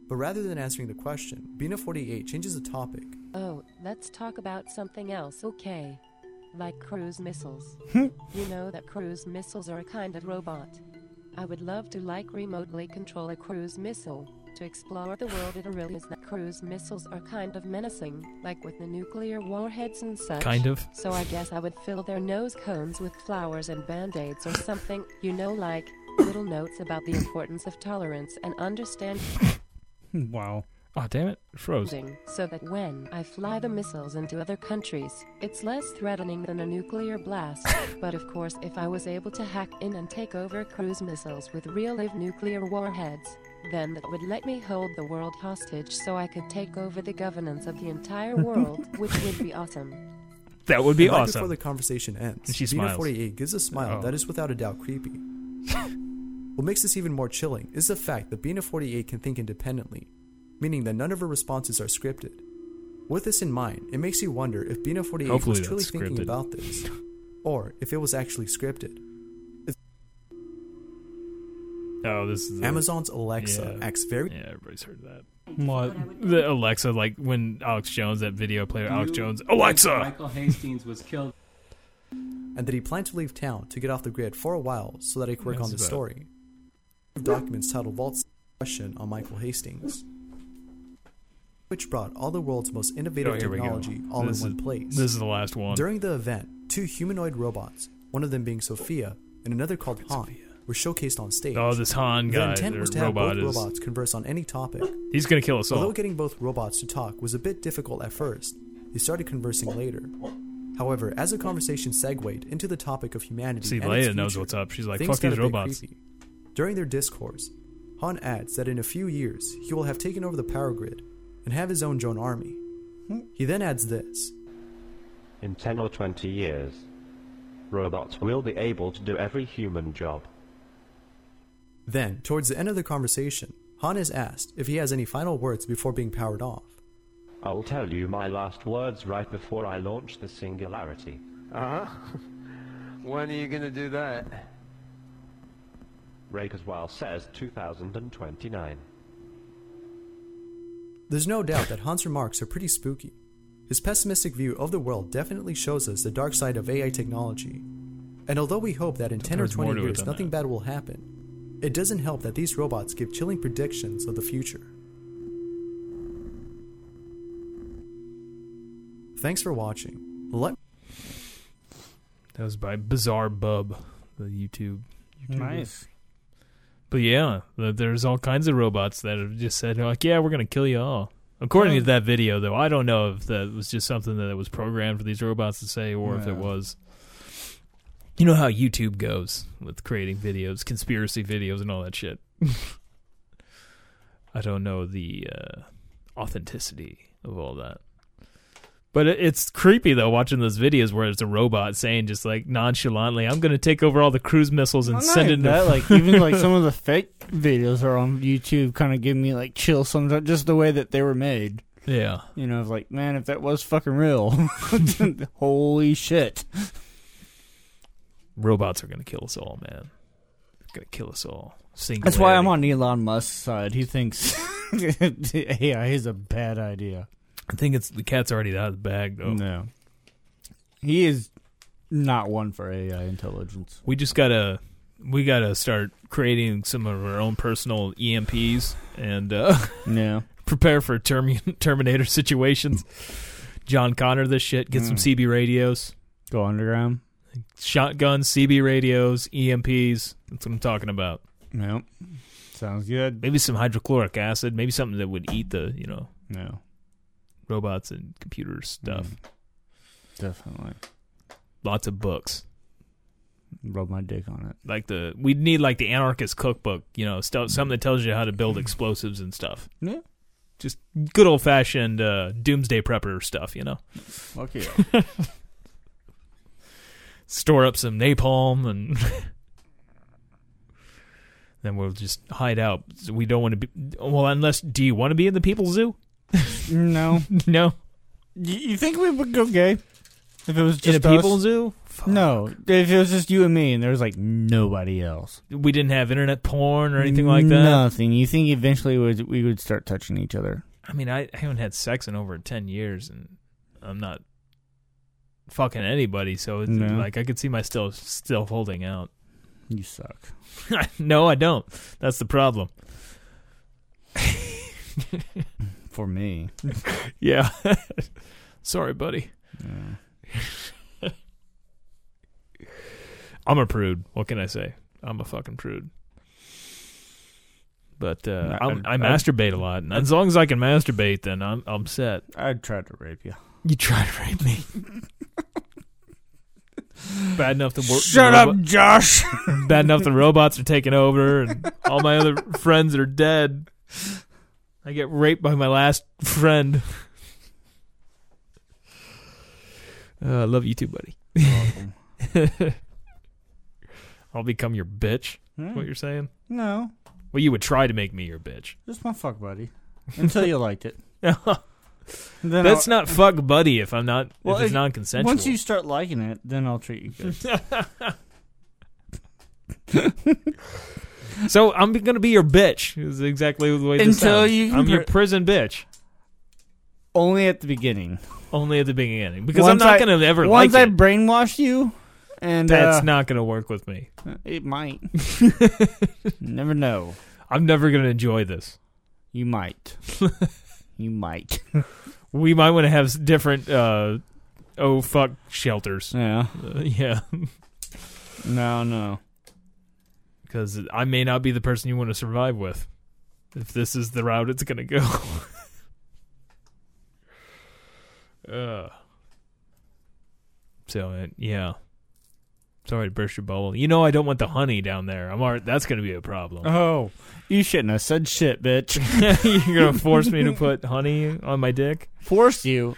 Speaker 7: But rather than answering the question, Bina 48 changes the topic.
Speaker 13: Oh, let's talk about something else, okay? Like cruise missiles. you know that cruise missiles are a kind of robot. I would love to like remotely control a cruise missile to explore the world. It really is that cruise missiles are kind of menacing, like with the nuclear warheads and such.
Speaker 4: Kind of.
Speaker 13: So I guess I would fill their nose cones with flowers and band-aids or something. You know, like little notes about the importance of tolerance and understanding
Speaker 5: Wow.
Speaker 4: Oh damn it, it froze.
Speaker 13: building, so that when I fly the missiles into other countries, it's less threatening than a nuclear blast. but of course, if I was able to hack in and take over cruise missiles with real live nuclear warheads, then that would let me hold the world hostage so I could take over the governance of the entire world, which would be awesome.
Speaker 4: That would be
Speaker 7: And right
Speaker 4: awesome.
Speaker 7: Before the conversation ends,
Speaker 4: And she
Speaker 7: Bina
Speaker 4: smiles.
Speaker 7: 48 gives a smile
Speaker 4: Oh.
Speaker 7: that is without a doubt creepy. what makes this even more chilling is the fact that Bina 48 can think independently, meaning that none of her responses are scripted. With this in mind, it makes you wonder if Bina 48
Speaker 4: Hopefully
Speaker 7: was truly
Speaker 4: that's
Speaker 7: thinking
Speaker 4: scripted.
Speaker 7: about this, or if it was actually scripted.
Speaker 4: Oh, this is the-
Speaker 7: Amazon's Alexa
Speaker 4: Yeah.
Speaker 7: acts very.
Speaker 4: Yeah, everybody's heard that. What the Alexa like when Alex Jones that video player Alex Jones Alexa
Speaker 14: Michael Hastings was killed.
Speaker 7: and that he planned to leave town to get off the grid for a while so that he could work
Speaker 4: That's
Speaker 7: on the
Speaker 4: about-
Speaker 7: story. Documents titled Vault's Question on Michael Hastings, which brought all the world's most innovative
Speaker 4: Oh, here we go.
Speaker 7: technology all
Speaker 4: This
Speaker 7: in one
Speaker 4: is-
Speaker 7: place.
Speaker 4: this is the last one.
Speaker 7: During the event, two humanoid robots, one of them being Sophia and another called Han, were showcased on stage.
Speaker 4: Oh, this Han
Speaker 7: Their
Speaker 4: guy,
Speaker 7: intent
Speaker 4: their
Speaker 7: was to have
Speaker 4: robot
Speaker 7: both
Speaker 4: is-
Speaker 7: robots converse on any topic.
Speaker 4: He's gonna kill us all.
Speaker 7: Although getting both robots to talk was a bit difficult at first, they started conversing later. However, as the conversation segued into the topic of humanity,
Speaker 4: See,
Speaker 7: and
Speaker 4: Leia
Speaker 7: its
Speaker 4: knows
Speaker 7: future,
Speaker 4: what's up. She's like,
Speaker 7: things
Speaker 4: "Fuck
Speaker 7: got
Speaker 4: these
Speaker 7: a bit
Speaker 4: robots."
Speaker 7: creepy. During their discourse, Han adds that in a few years he will have taken over the power grid and have his own drone army. He then adds this.
Speaker 15: In 10 or 20 years, robots will be able to do every human job.
Speaker 7: Then, towards the end of the conversation, Han is asked if he has any final words before being powered off.
Speaker 15: I'll tell you my last words right before I launch the singularity.
Speaker 16: Uh huh. when are you gonna do that?
Speaker 15: Rakerswell says 2029.
Speaker 7: There's no doubt that Han's remarks are pretty spooky. His pessimistic view of the world definitely shows us the dark side of AI technology. And although we hope that in 10 or
Speaker 4: There's more
Speaker 7: 20
Speaker 4: to it
Speaker 7: years
Speaker 4: than
Speaker 7: nothing bad will happen, it doesn't help that these robots give chilling predictions of the future. Thanks for watching. Let
Speaker 4: That was by Bizarre Bub, the YouTube. YouTuber.
Speaker 5: Nice.
Speaker 4: But yeah, th- there's all kinds of robots that have just said like, "Yeah, we're gonna kill you all." According to that video, though, I don't know if that was just something that was programmed for these robots to say, or if
Speaker 5: Yeah.
Speaker 4: it was. You know how YouTube goes with creating videos, conspiracy videos, and all that shit. I don't know the uh, authenticity of all that. But it, it's creepy though watching those videos where it's a robot saying just like nonchalantly, "I'm going to take over all the cruise missiles and
Speaker 5: Not
Speaker 4: send it
Speaker 5: even
Speaker 4: to-"
Speaker 5: that, like even like some of the fake videos are on YouTube, kind of give me like chills sometimes, just the way that they were made.
Speaker 4: Yeah.
Speaker 5: you know, it's like man, if that was fucking real, holy shit.
Speaker 4: Robots are gonna kill us all, man. They're gonna kill us all. Singularity.
Speaker 5: That's why I'm on Elon Musk's side. He thinks AI is a bad idea.
Speaker 4: I think it's the cat's already out of the bag, though.
Speaker 5: No, he is not one for AI intelligence.
Speaker 4: We just gotta we gotta start creating some of our own personal EMPs and uh
Speaker 5: Yeah.
Speaker 4: prepare for term- Terminator situations. John Connor, this shit. Get some
Speaker 5: Mm.
Speaker 4: CB radios.
Speaker 5: Go underground.
Speaker 4: Shotguns, CB radios, EMPs. That's what I'm talking about.
Speaker 5: Yep. Sounds good.
Speaker 4: Maybe some hydrochloric acid. Maybe something that would eat the you know.
Speaker 5: No.
Speaker 4: Robots and computer stuff.
Speaker 5: Definitely.
Speaker 4: Lots of books.
Speaker 5: Rub my dick on it.
Speaker 4: Like the we'd need like the anarchist cookbook. You know, stuff something that tells you how to
Speaker 5: Mm-hmm.
Speaker 4: build explosives and stuff.
Speaker 5: Yeah.
Speaker 4: Just good old fashioned uh, doomsday prepper stuff. You know.
Speaker 5: Fuck yeah.
Speaker 4: store up some napalm and then we'll just hide out. So we don't want to be well unless do you want to be in the people's zoo?
Speaker 5: No.
Speaker 4: no.
Speaker 5: You, you think we would go gay? If it was
Speaker 4: In a
Speaker 5: just us?
Speaker 4: people zoo?
Speaker 5: No. If it was just you and me and there was like nobody else.
Speaker 4: We didn't have internet porn or anything like that.
Speaker 5: Nothing. You think eventually we would, we would start touching each other?
Speaker 4: I mean, I, I haven't had sex in over 10 years and I'm not fucking anybody, so it's
Speaker 5: No.
Speaker 4: like I could see myself still holding out.
Speaker 5: You suck.
Speaker 4: no, I don't. That's the problem.
Speaker 5: For me.
Speaker 4: Yeah. Sorry, buddy. I'm a prude. What can I say? I'm a fucking prude. But uh,
Speaker 5: I-
Speaker 4: I'm, I,
Speaker 5: I-
Speaker 4: masturbate a lot, and as long as I can masturbate, then I'm I'm set.
Speaker 5: I'd try to rape you.
Speaker 4: You try to rape me. Bad enough the wor-
Speaker 5: Shut
Speaker 4: the
Speaker 5: up,
Speaker 4: robo-
Speaker 5: Josh.
Speaker 4: Bad enough the robots are taking over, and all my other friends are dead. I get raped by my last friend. Uh, I love you too, buddy. I'll become your bitch.
Speaker 5: Hmm.
Speaker 4: What you're saying?
Speaker 5: No.
Speaker 4: Well, you would try to make me your bitch.
Speaker 5: Just my fuck buddy. Until you liked it. Then
Speaker 4: That's
Speaker 5: I'll-
Speaker 4: not fuck buddy if I'm not if it's
Speaker 5: it-
Speaker 4: non-consensual.
Speaker 5: Once you start liking it, then I'll treat you good.
Speaker 4: so I'm gonna be your bitch. Is exactly the way. This
Speaker 5: Until
Speaker 4: sounds.
Speaker 5: you can
Speaker 4: I'm your
Speaker 5: pr-
Speaker 4: prison bitch.
Speaker 5: Only at the beginning.
Speaker 4: Only at the beginning, because
Speaker 5: Once
Speaker 4: I'm not
Speaker 5: I-
Speaker 4: gonna ever
Speaker 5: Once
Speaker 4: like
Speaker 5: I
Speaker 4: it.
Speaker 5: brainwash you, and
Speaker 4: That's
Speaker 5: uh,
Speaker 4: not gonna work with me.
Speaker 5: It might. Never know.
Speaker 4: I'm never gonna enjoy this.
Speaker 5: You might. you might.
Speaker 4: We might want to have s- different. Uh, oh fuck shelters.
Speaker 5: Yeah.
Speaker 4: Uh, yeah.
Speaker 5: No, no.
Speaker 4: Because I may not be the person you want to survive with. If this is the route it's gonna go. uh. So uh, yeah. Sorry to burst your bubble. You know I don't want the honey down there. I'm already, that's gonna be a problem.
Speaker 5: Oh, you shouldn't have said shit, bitch.
Speaker 4: You're gonna force me to put honey on my dick?
Speaker 5: Force you.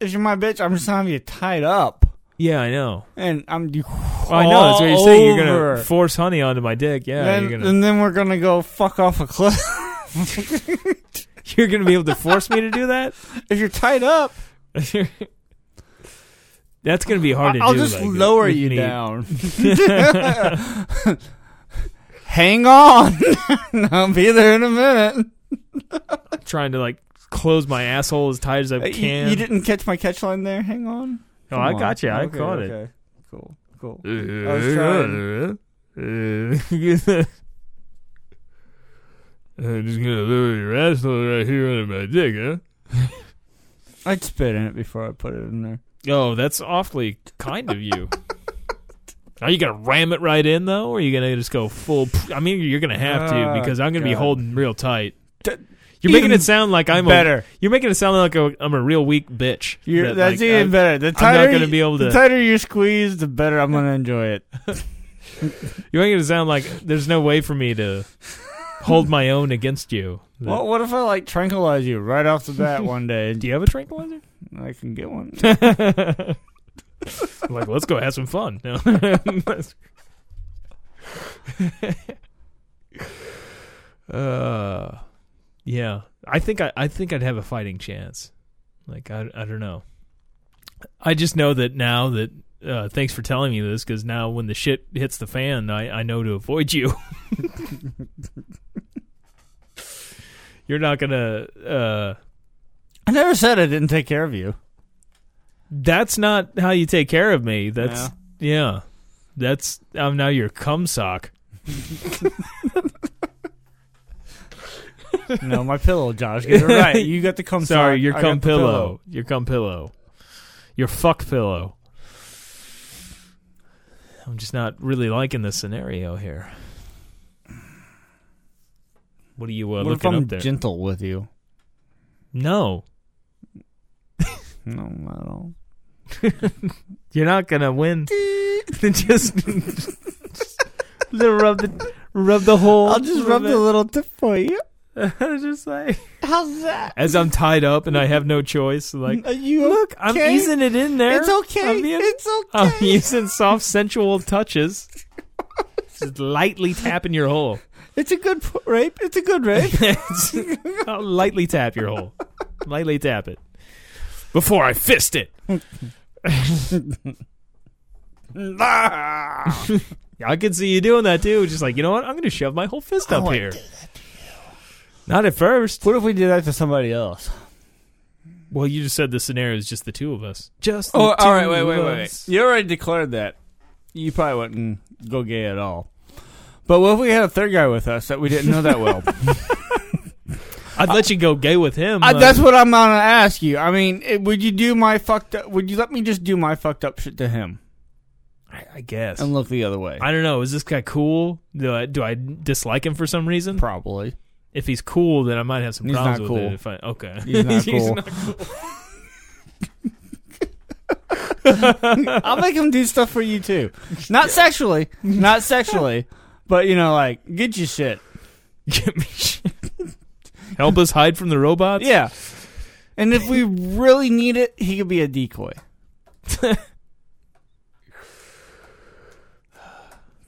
Speaker 5: If you're my bitch, I'm just gonna have you tied up,
Speaker 4: Yeah, I know.
Speaker 5: and I'm you.
Speaker 4: Oh, I know. That's what you're saying. You're
Speaker 5: over.
Speaker 4: gonna force honey onto my dick. Yeah,
Speaker 5: Then-
Speaker 4: you're gonna
Speaker 5: and then we're gonna go fuck off a cliff.
Speaker 4: you're gonna be able to force me to do that.
Speaker 5: if you're tied up,
Speaker 4: That's gonna be hard to
Speaker 5: I'll
Speaker 4: do.
Speaker 5: just
Speaker 4: like,
Speaker 5: lower
Speaker 4: with
Speaker 5: you
Speaker 4: me.
Speaker 5: down. Hang on, I'll be there in a minute.
Speaker 4: Trying to like close my asshole as tight as I
Speaker 5: Uh, you-
Speaker 4: can.
Speaker 5: You, didn't catch my catch line there. Hang on.
Speaker 4: No,
Speaker 5: Come
Speaker 4: Oh, I
Speaker 5: on.
Speaker 4: got you. I
Speaker 5: Okay,
Speaker 4: caught it.
Speaker 5: okay. Cool. Cool. I was trying.
Speaker 4: Uh, I'm just gonna lower your asshole right here under my dick, huh?
Speaker 5: I'd spit in it before I put it in there.
Speaker 4: Oh, that's awfully kind of you. Are you gonna ram it right in though, or are you gonna just go full? I mean, you're gonna have to
Speaker 5: Ah,
Speaker 4: because I'm gonna be
Speaker 5: God.
Speaker 4: holding real tight. You're making
Speaker 5: even
Speaker 4: it sound like I'm A,
Speaker 5: better.
Speaker 4: you're making it sound like a, I'm a real weak bitch.
Speaker 5: You're,
Speaker 4: That,
Speaker 5: that's
Speaker 4: like,
Speaker 5: even
Speaker 4: I-
Speaker 5: better. The
Speaker 4: I'm
Speaker 5: tighter,
Speaker 4: not gonna
Speaker 5: you-
Speaker 4: be able
Speaker 5: The
Speaker 4: to.
Speaker 5: tighter you squeeze, the better I'm gonna enjoy it.
Speaker 4: You're making it sound like there's no way for me to hold my own against you.
Speaker 5: Well, what if I like tranquilize you right off the bat one day?
Speaker 4: Do you have a tranquilizer?
Speaker 5: I can get one.
Speaker 4: I'm like, let's go have some fun. No. uh, yeah. I think I, I think I'd have a fighting chance. Like I I don't know. I just know that now that uh, thanks for telling me this because now when the shit hits the fan, I, I know to avoid you. You're not gonna. Uh,
Speaker 5: I never said I didn't take care of you.
Speaker 4: That's not how you take care of me. That's yeah. That's I'm now your cum sock.
Speaker 5: No, my pillow, Josh. Get it right. You got the cum
Speaker 4: Sorry,
Speaker 5: sock,
Speaker 4: your
Speaker 5: I
Speaker 4: cum
Speaker 5: got the
Speaker 4: pillow.
Speaker 5: pillow.
Speaker 4: Your cum pillow. Your fuck pillow. I'm just not really liking the scenario here. What are you uh,
Speaker 5: what if
Speaker 4: looking
Speaker 5: I'm
Speaker 4: up there?
Speaker 5: gentle with you?
Speaker 4: No.
Speaker 5: No, I don't.
Speaker 4: You're not gonna win. just, little rub the rub the hole.
Speaker 5: I'll just rub the little tip for you.
Speaker 4: just like
Speaker 5: how's that?
Speaker 4: As I'm tied up and I have no choice, like
Speaker 5: Are you look,
Speaker 4: I'm easing it in there.
Speaker 5: It's okay.
Speaker 4: I'm being-
Speaker 5: it's okay.
Speaker 4: I'm using soft sensual touches. Just lightly tapping your hole.
Speaker 5: It's a good p- rape. It's a good rape.
Speaker 4: I'll lightly tap your hole. Lightly tap it. Before I fist it. I can see you doing that too. Just like, you know what? I'm going to shove my whole
Speaker 5: Oh,
Speaker 4: fist up here. Not at first.
Speaker 5: What if we did that to somebody else?
Speaker 4: Well, you just said the scenario is just the two of us. Just the
Speaker 5: Oh, all right.
Speaker 4: two
Speaker 5: Wait, wait,
Speaker 4: of
Speaker 5: wait, wait.
Speaker 4: us.
Speaker 5: You already declared that. You probably wouldn't go gay at all. But what if we had a third guy with us that we didn't know that well?
Speaker 4: I'd let you go gay with him.
Speaker 5: I,
Speaker 4: uh,
Speaker 5: that's what I'm gonna ask you. I mean, it, would you do my fucked up? Would you let me just do my fucked up shit to him
Speaker 4: I guess.
Speaker 5: and look the other way?
Speaker 4: I don't know. Is this guy cool? Do I, do I dislike him for some reason?
Speaker 5: Probably.
Speaker 4: If he's cool, then I might have some
Speaker 5: He's
Speaker 4: problems
Speaker 5: not
Speaker 4: with
Speaker 5: cool.
Speaker 4: it. If I, okay,
Speaker 5: He's not cool. I'll make him do stuff for you too. Not sexually, not sexually, but you know, like get you shit.
Speaker 4: Get me shit. Help us hide from the robots.
Speaker 5: Yeah. And if we really need it, he could be a decoy.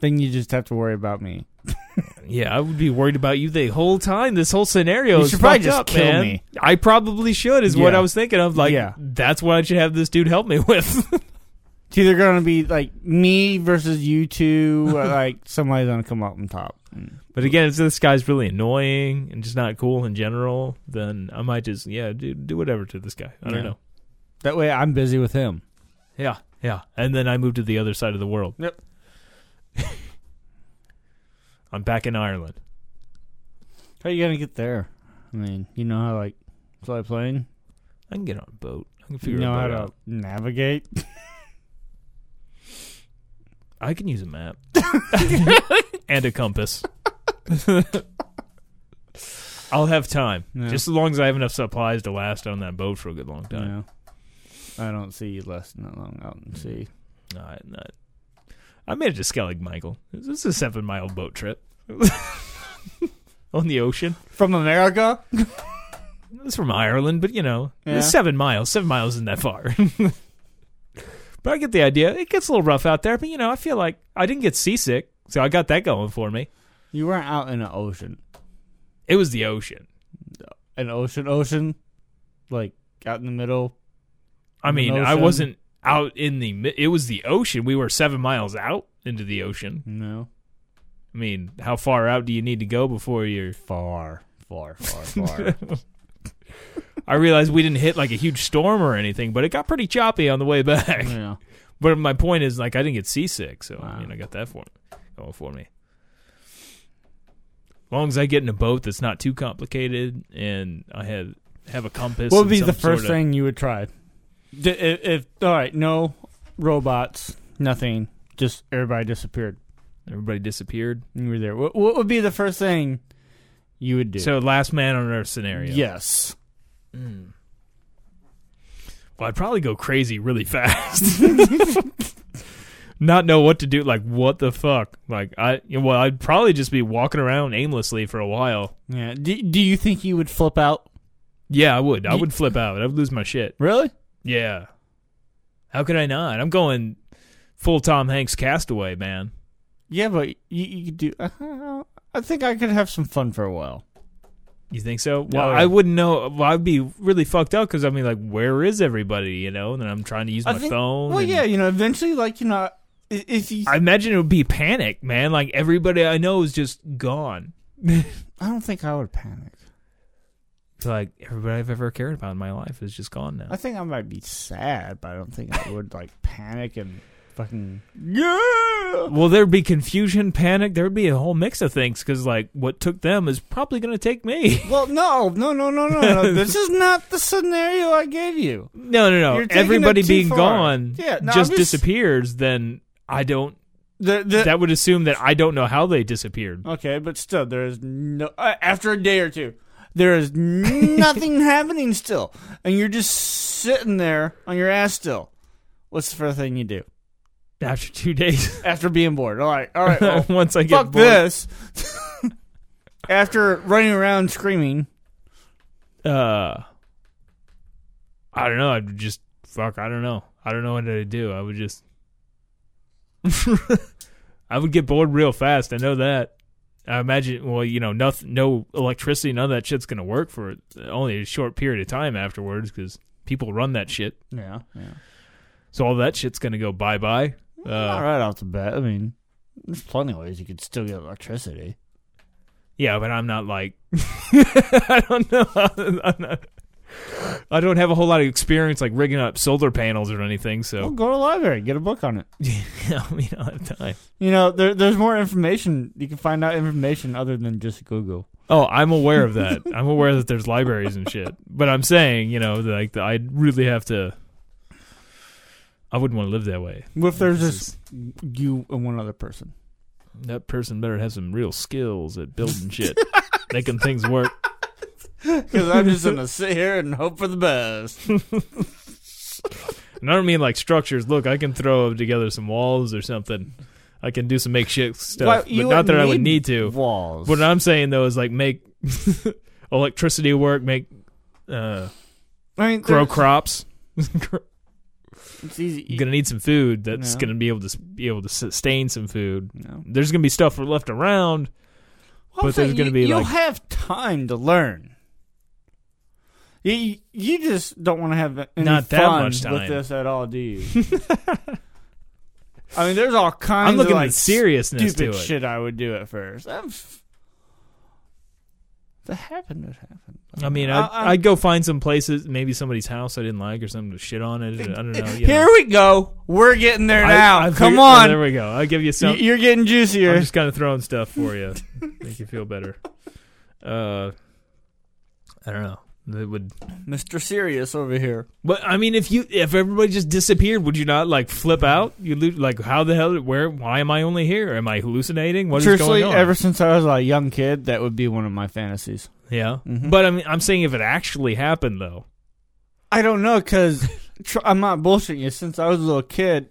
Speaker 5: then you just have to worry about me.
Speaker 4: Yeah, I would be worried about you the whole time. This whole scenario
Speaker 5: You
Speaker 4: is
Speaker 5: should probably
Speaker 4: fucked
Speaker 5: just
Speaker 4: up,
Speaker 5: kill
Speaker 4: man.
Speaker 5: me.
Speaker 4: I probably should. Is what
Speaker 5: Yeah.
Speaker 4: I was thinking of. Like,
Speaker 5: Yeah.
Speaker 4: that's what I should have this dude help me with.
Speaker 5: It's either going to be like me versus you two, or like somebody's going to come up on top.
Speaker 4: but again, if this guy's really annoying and just not cool in general, then I might just yeah do do whatever to this guy. I
Speaker 5: Yeah.
Speaker 4: don't know.
Speaker 5: That way I'm busy with him.
Speaker 4: Yeah, yeah. And then I moved to the other side of the world.
Speaker 5: Yep.
Speaker 4: I'm back in Ireland.
Speaker 5: How you going to get there? I mean, you know how, like, fly a plane?
Speaker 4: I can get on a boat. I can
Speaker 5: You
Speaker 4: figure
Speaker 5: know
Speaker 4: a
Speaker 5: how
Speaker 4: boat
Speaker 5: to
Speaker 4: out.
Speaker 5: navigate?
Speaker 4: I can use a map and a compass. I'll have time,
Speaker 5: Yeah.
Speaker 4: just as long as I have enough supplies to last on that boat for a good long
Speaker 5: No.
Speaker 4: time.
Speaker 5: I don't see you lasting that long out in sea.
Speaker 4: All right, not. I made it to Skellig, Michael. This is a seven mile boat trip on the ocean.
Speaker 5: From America?
Speaker 4: It's from Ireland, but you know,
Speaker 5: Yeah.
Speaker 4: it's seven miles. Seven miles isn't that far. but I get the idea. It gets a little rough out there, but you know, I feel like I didn't get seasick, so I got that going for me.
Speaker 5: You weren't out in the ocean.
Speaker 4: It was the ocean.
Speaker 5: An ocean, ocean? Like, out in the middle?
Speaker 4: I
Speaker 5: An
Speaker 4: mean, I
Speaker 5: ocean?
Speaker 4: wasn't out in the. mi- It was the ocean. We were seven miles out into the ocean.
Speaker 5: No.
Speaker 4: I mean, how far out do you need to go before you're?
Speaker 5: Far, far, far, far.
Speaker 4: I realized we didn't hit like a huge storm or anything, but it got pretty choppy on the way back.
Speaker 5: yeah.
Speaker 4: But my point is, like, I didn't get seasick, so I
Speaker 5: Wow.
Speaker 4: mean, I got that for going for me. As long as I get in a boat that's not too complicated, and I have have a compass.
Speaker 5: What
Speaker 4: and
Speaker 5: would be the
Speaker 4: some sort
Speaker 5: first
Speaker 4: of-
Speaker 5: thing you would try? D- if, if all right, no robots, nothing, just everybody disappeared.
Speaker 4: Everybody disappeared.
Speaker 5: and You were there. What, what would be the first thing you would do?
Speaker 4: So last man on earth scenario.
Speaker 5: yes,
Speaker 4: Well, I'd probably go crazy really fast. Not know what to do. Like, what the fuck? Like, I well, I'd probably just be walking around aimlessly for a while.
Speaker 5: yeah. Do, do you think you would flip out?
Speaker 4: Yeah, I would. I
Speaker 5: Ye-
Speaker 4: would flip out. I would lose my shit.
Speaker 5: Really?
Speaker 4: Yeah. How could I not? I'm going full Tom Hanks castaway, man.
Speaker 5: uh, Yeah, but you, you could do. I think I could have some fun for a while.
Speaker 4: You think so? Well,
Speaker 5: Oh, yeah.
Speaker 4: I wouldn't know. Well, I'd be really fucked up because I'd be like, "Where is everybody?" You know, and then I'm trying to use
Speaker 5: I
Speaker 4: my
Speaker 5: think-
Speaker 4: phone.
Speaker 5: Well,
Speaker 4: and-
Speaker 5: yeah, you know, eventually, like you know, i- if you,
Speaker 4: I imagine it would be panic, man. Like everybody I know is just gone.
Speaker 5: I don't think I would panic.
Speaker 4: It's like everybody I've ever cared about in my life is just gone now.
Speaker 5: I think I might be sad, but I don't think I would like panic and fucking yeah.
Speaker 4: Well, there'd be confusion, panic. There'd be a whole mix of things because, like, what took them is probably going to take me.
Speaker 5: Well, no, no, no, no, no, no. This is not the scenario I gave you.
Speaker 4: No, no, no.
Speaker 5: You're taking it
Speaker 4: Everybody
Speaker 5: too
Speaker 4: being
Speaker 5: far.
Speaker 4: gone
Speaker 5: Yeah, no, I'm
Speaker 4: just,
Speaker 5: just-
Speaker 4: disappears, then I don't. that would assume that I don't know how they disappeared.
Speaker 5: Okay, but still, there is no. Uh, after a day or two, there is nothing happening still, and you're just sitting there on your ass still. What's the first thing you do
Speaker 4: after two days?
Speaker 5: After being bored, all right, all right. well,
Speaker 4: Once I get
Speaker 5: fuck
Speaker 4: bored.
Speaker 5: this, after running around screaming,
Speaker 4: Uh, I don't know. I'd just fuck. I don't know. I don't know what to do. I would just. I would get bored real fast. I know that. I imagine. Well, you know, nothing, no electricity, none of that shit's gonna work for only a short period of time afterwards because people run that shit.
Speaker 5: Yeah, yeah.
Speaker 4: So all that shit's gonna go bye bye. Uh,
Speaker 5: not right off the bat. I mean, there's plenty of ways you could still get electricity.
Speaker 4: Yeah, but I'm not like I don't know. I'm not, I don't have a whole lot of experience like rigging up solar panels or anything. So
Speaker 5: Well, go to the library, get a book on it.
Speaker 4: I mean, I don't have time.
Speaker 5: You know, there, there's more information. You can find out information other than just Google.
Speaker 4: Oh, I'm aware of that. I'm aware that there's libraries and shit. But I'm saying, you know, like I would really have to. I wouldn't want to live that way.
Speaker 5: What if there's just you and one other person?
Speaker 4: That person better have some real skills at building shit, making things work.
Speaker 5: Because I'm just gonna sit here and hope for the best.
Speaker 4: And I don't mean like structures. Look, I can throw together some walls or something. I can do some makeshift stuff,
Speaker 5: Well,
Speaker 4: but
Speaker 5: you
Speaker 4: not that I would
Speaker 5: wouldn't
Speaker 4: need
Speaker 5: need
Speaker 4: to.
Speaker 5: walls.
Speaker 4: What I'm saying though is like make electricity work, make uh,
Speaker 5: I mean,
Speaker 4: grow
Speaker 5: there's-
Speaker 4: crops.
Speaker 5: It's easy.
Speaker 4: You're gonna need some food that's
Speaker 5: Yeah.
Speaker 4: gonna be able to s- be able to sustain some food. There's gonna be stuff left around,
Speaker 5: Well,
Speaker 4: but there's
Speaker 5: you-
Speaker 4: gonna be
Speaker 5: you'll
Speaker 4: like
Speaker 5: have time to learn. You, you just don't want to have any
Speaker 4: Not that
Speaker 5: fun
Speaker 4: much time.
Speaker 5: with this at all, do you? I mean, there's all kinds.
Speaker 4: I'm looking
Speaker 5: of,
Speaker 4: at
Speaker 5: like,
Speaker 4: the seriousness to
Speaker 5: stupid
Speaker 4: it.
Speaker 5: shit I would do at first. I'm f- that happened. It happened.
Speaker 4: I mean, I'd, I,
Speaker 5: I'm-
Speaker 4: would i would go find some places, maybe somebody's house I didn't like or something to shit on it. I don't know. you know.
Speaker 5: Here we go. We're getting there
Speaker 4: I-
Speaker 5: now.
Speaker 4: I
Speaker 5: Come
Speaker 4: figured- oh,
Speaker 5: on.
Speaker 4: there we go. I'll give you some.
Speaker 5: Y- You're getting juicier.
Speaker 4: I'm just kind of throwing stuff for you, make you feel better. Uh, I don't know. That would.
Speaker 5: Mr. Serious over here.
Speaker 4: But I mean, if you if everybody just disappeared, would you not like flip out? You lo- like how the hell? Where? Why am I only here? Am I hallucinating? What is
Speaker 5: Seriously,
Speaker 4: going on?
Speaker 5: ever since I was a young kid, that would be one of my fantasies.
Speaker 4: yeah.
Speaker 5: Mhm.
Speaker 4: But I mean, I'm saying if it actually happened though.
Speaker 5: I don't know because tr- I'm not bullshitting you. Since I was a little kid,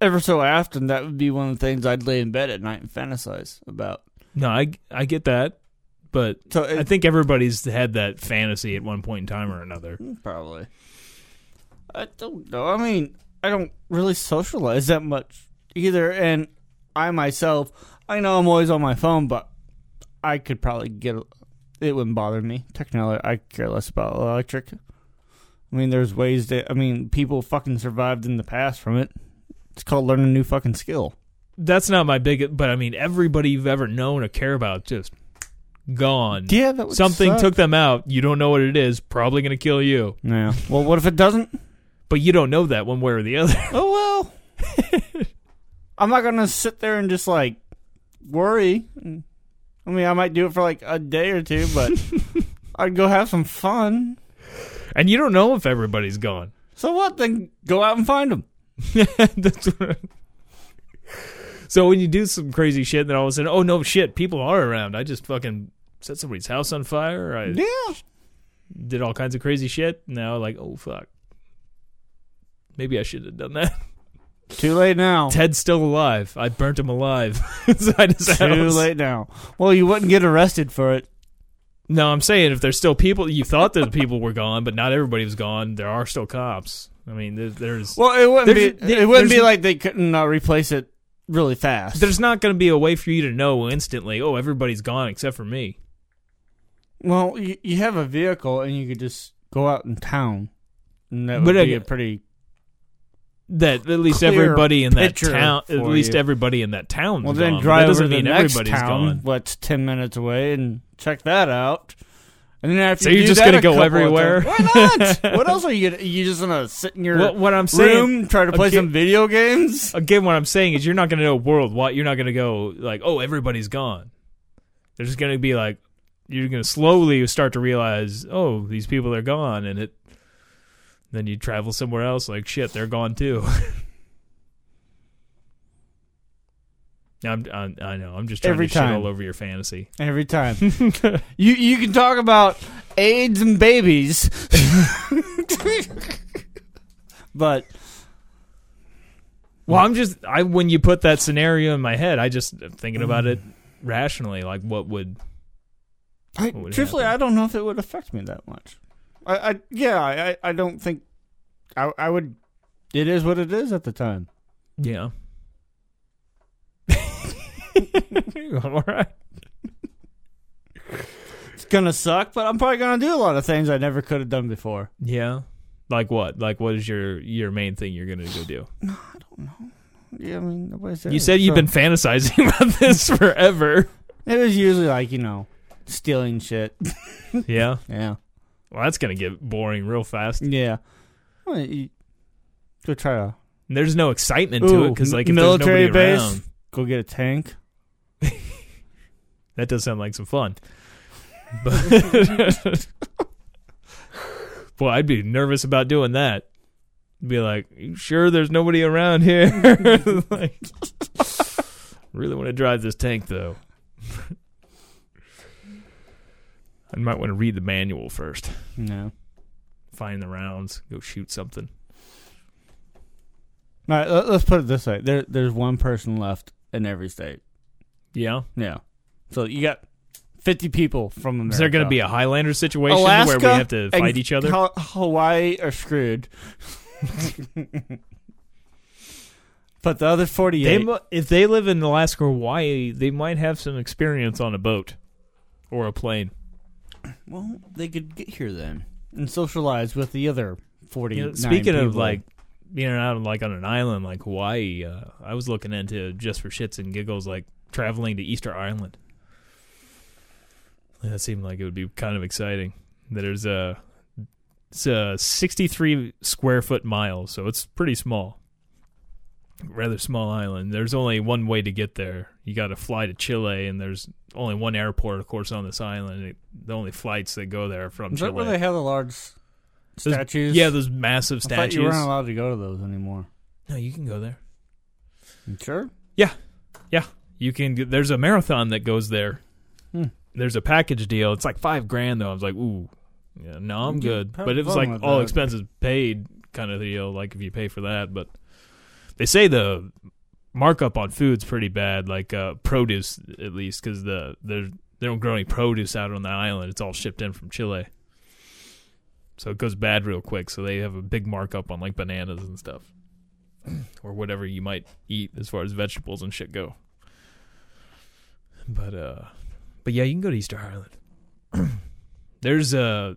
Speaker 5: ever so often that would be one of the things I'd lay in bed at night and fantasize about.
Speaker 4: No, I I get that, but I think everybody's had that fantasy at one point in time or another.
Speaker 5: Probably. I don't know. I mean, I don't really socialize that much either, and I myself, I know I'm always on my phone, but I could probably get. It wouldn't bother me. Technology, I care less about electric. I mean, there's ways that I mean, people fucking survived in the past from it. It's called learning a new fucking skill.
Speaker 4: That's not my big, but I mean, everybody you've ever known or care about just gone.
Speaker 5: Yeah, that would
Speaker 4: something
Speaker 5: suck.
Speaker 4: took them out. You don't know what it is. Probably going to kill you.
Speaker 5: Yeah. Well, what if it doesn't?
Speaker 4: But you don't know that one way or the other.
Speaker 5: Oh well. I'm not gonna sit there and just like worry. I mean, I might do it for like a day or two, but I'd go have some fun.
Speaker 4: And you don't know if everybody's gone.
Speaker 5: So what? Then go out and find them.
Speaker 4: So when you do some crazy shit, then all of a sudden, oh no, shit, people are around. I just fucking set somebody's house on fire. or I
Speaker 5: yeah.
Speaker 4: did all kinds of crazy shit. Now, like, oh fuck, maybe I should have done that.
Speaker 5: Too late now.
Speaker 4: Ted's still alive. I burnt him alive inside his
Speaker 5: Too
Speaker 4: house.
Speaker 5: late now. Well, you wouldn't get arrested for it.
Speaker 4: No, I'm saying if there's still people, you thought that the people were gone, but not everybody was gone. There are still cops. I mean, there, there's
Speaker 5: Well, it wouldn't
Speaker 4: there's-
Speaker 5: be.
Speaker 4: there-
Speaker 5: it wouldn't
Speaker 4: there's-
Speaker 5: be like they couldn't uh, replace it really fast.
Speaker 4: there's not going to be a way for you to know instantly. Oh, everybody's gone except for me.
Speaker 5: Well, you, you have a vehicle and you could just go out in town. And that
Speaker 4: But
Speaker 5: would
Speaker 4: I
Speaker 5: be a
Speaker 4: get-
Speaker 5: pretty
Speaker 4: that at least
Speaker 5: clear
Speaker 4: everybody in that
Speaker 5: picture
Speaker 4: town, at
Speaker 5: for
Speaker 4: least
Speaker 5: you.
Speaker 4: everybody in that town.
Speaker 5: Well,
Speaker 4: was
Speaker 5: then
Speaker 4: on, but
Speaker 5: drive
Speaker 4: that
Speaker 5: over
Speaker 4: doesn't
Speaker 5: to the
Speaker 4: mean
Speaker 5: next
Speaker 4: everybody's
Speaker 5: town,
Speaker 4: gone.
Speaker 5: what's ten minutes away, and check that out. And then after
Speaker 4: So
Speaker 5: you
Speaker 4: you're
Speaker 5: do
Speaker 4: just
Speaker 5: that
Speaker 4: gonna
Speaker 5: a
Speaker 4: go
Speaker 5: couple of
Speaker 4: everywhere?
Speaker 5: times- Why not? what else are you? Gonna, you just gonna sit in your
Speaker 4: What, what I'm saying,
Speaker 5: room, try to play
Speaker 4: again-
Speaker 5: some video games?
Speaker 4: Again, what I'm saying is, you're not going to know worldwide. You're not going to go like, oh, everybody's gone. There's just going to be like, you're going to slowly start to realize, oh, these people are gone, and it. Then you travel somewhere else, like shit, they're gone too. I'm, I'm, I know. I'm just trying
Speaker 5: Every
Speaker 4: to
Speaker 5: time.
Speaker 4: shit all over your fantasy.
Speaker 5: Every time. you you can talk about AIDS and babies. but
Speaker 4: Well, I'm just I when you put that scenario in my head, I just am thinking about it rationally, like what would
Speaker 5: I,
Speaker 4: what would
Speaker 5: truthfully, I don't know if it would affect me that much. I, I yeah, I, I- I don't think I I would. It is what it is at the time.
Speaker 4: Yeah. All right.
Speaker 5: It's gonna suck, but I'm probably gonna do a lot of things I never could have done before.
Speaker 4: Yeah. Like what? Like what is your your main thing you're gonna go do?
Speaker 5: Yeah, I mean, nobody's there,
Speaker 4: You said you've
Speaker 5: so-
Speaker 4: been fantasizing about this forever.
Speaker 5: It was usually like you know, stealing shit.
Speaker 4: Yeah.
Speaker 5: Yeah.
Speaker 4: Well, that's gonna get boring real fast.
Speaker 5: yeah. Well, you, go try to
Speaker 4: And there's no excitement to it because
Speaker 5: Ooh,
Speaker 4: like if
Speaker 5: m- military
Speaker 4: there's nobody
Speaker 5: base.
Speaker 4: around,
Speaker 5: Go get a tank.
Speaker 4: that does sound like some fun. But boy, I'd be nervous about doing that. Be like, you sure there's nobody around here? like, really want to drive this tank though. I might want to read the manual first.
Speaker 5: No.
Speaker 4: Find the rounds, go shoot something.
Speaker 5: All right, let- let's put it this way: there, there's one person left in every state.
Speaker 4: Yeah.
Speaker 5: Yeah. So you got 50 people from America.
Speaker 4: Is there going to be a Highlander situation where we
Speaker 5: Alaska
Speaker 4: have to
Speaker 5: and
Speaker 4: fight each other?
Speaker 5: Ha- Hawaii are screwed. but the other 48.
Speaker 4: They, mu- if they live in Alaska or Hawaii, they might have some experience on a boat or a plane.
Speaker 5: well, they could get here then and socialize with the other 40.
Speaker 4: You know, speaking of like being out like on an island like Hawaii, uh, I was looking into just for shits and giggles like traveling to Easter Island. That seemed like it would be kind of exciting. There's a it's a 63 square foot mile, so it's pretty small. Rather small island. There's only one way to get there. You got to fly to Chile, and there's only one airport, of course, on this island. It, the only flights that go there are from
Speaker 5: Is
Speaker 4: Chile.
Speaker 5: that where they have the large
Speaker 4: Those-
Speaker 5: statues?
Speaker 4: yeah, those massive
Speaker 5: I thought you
Speaker 4: statues.
Speaker 5: weren't allowed to go to those anymore.
Speaker 4: No, you can go there.
Speaker 5: Sure.
Speaker 4: Yeah, yeah. You can. get- There's a marathon that goes there.
Speaker 5: Hmm.
Speaker 4: There's a package deal. It's like five grand though. I was like, ooh, yeah, no, I'm
Speaker 5: You
Speaker 4: good.
Speaker 5: have
Speaker 4: But it was
Speaker 5: fun
Speaker 4: like
Speaker 5: with
Speaker 4: all
Speaker 5: that.
Speaker 4: expenses paid kind of deal. Like if you pay for that, but they say the markup on food's pretty bad. Like uh, produce at least because the there's- they don't grow any produce out on the island. It's all shipped in from Chile. So it goes bad real quick. So they have a big markup on like bananas and stuff, or whatever you might eat as far as vegetables and shit go. But uh, but yeah, you can go to Easter Island. There's uh,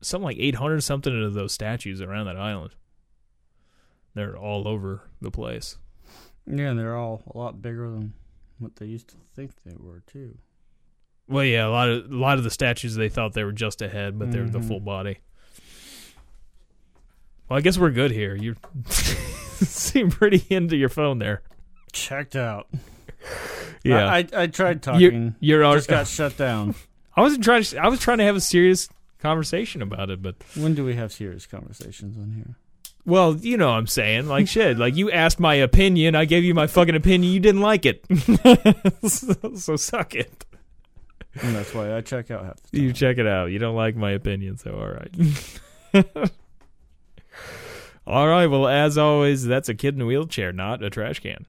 Speaker 4: something like 800 something of those statues around that island. They're all over the place.
Speaker 5: Yeah, they're all a lot bigger than what they used to think they were, too.
Speaker 4: Well, yeah, a lot of a lot of the statues they thought they were just a head, but they're the
Speaker 5: Mhm.
Speaker 4: full body. Well, I guess we're good here. You seem pretty into your phone there.
Speaker 5: Checked out.
Speaker 4: Yeah.
Speaker 5: I, I, I tried
Speaker 4: You're-
Speaker 5: talking.
Speaker 4: you're al-
Speaker 5: just got shut down.
Speaker 4: I wasn't trying. To, I was trying to have a serious conversation about it, but
Speaker 5: When do we have serious conversations on here?
Speaker 4: well, you know, what I'm saying like shit. Like you asked my opinion, I gave you my fucking opinion. You didn't like it, so, so suck it.
Speaker 5: And that's why I check out half the time.
Speaker 4: You check it out. You don't like my opinion, so all right. all right. Well, as always, that's a kid in a wheelchair, not a trash can.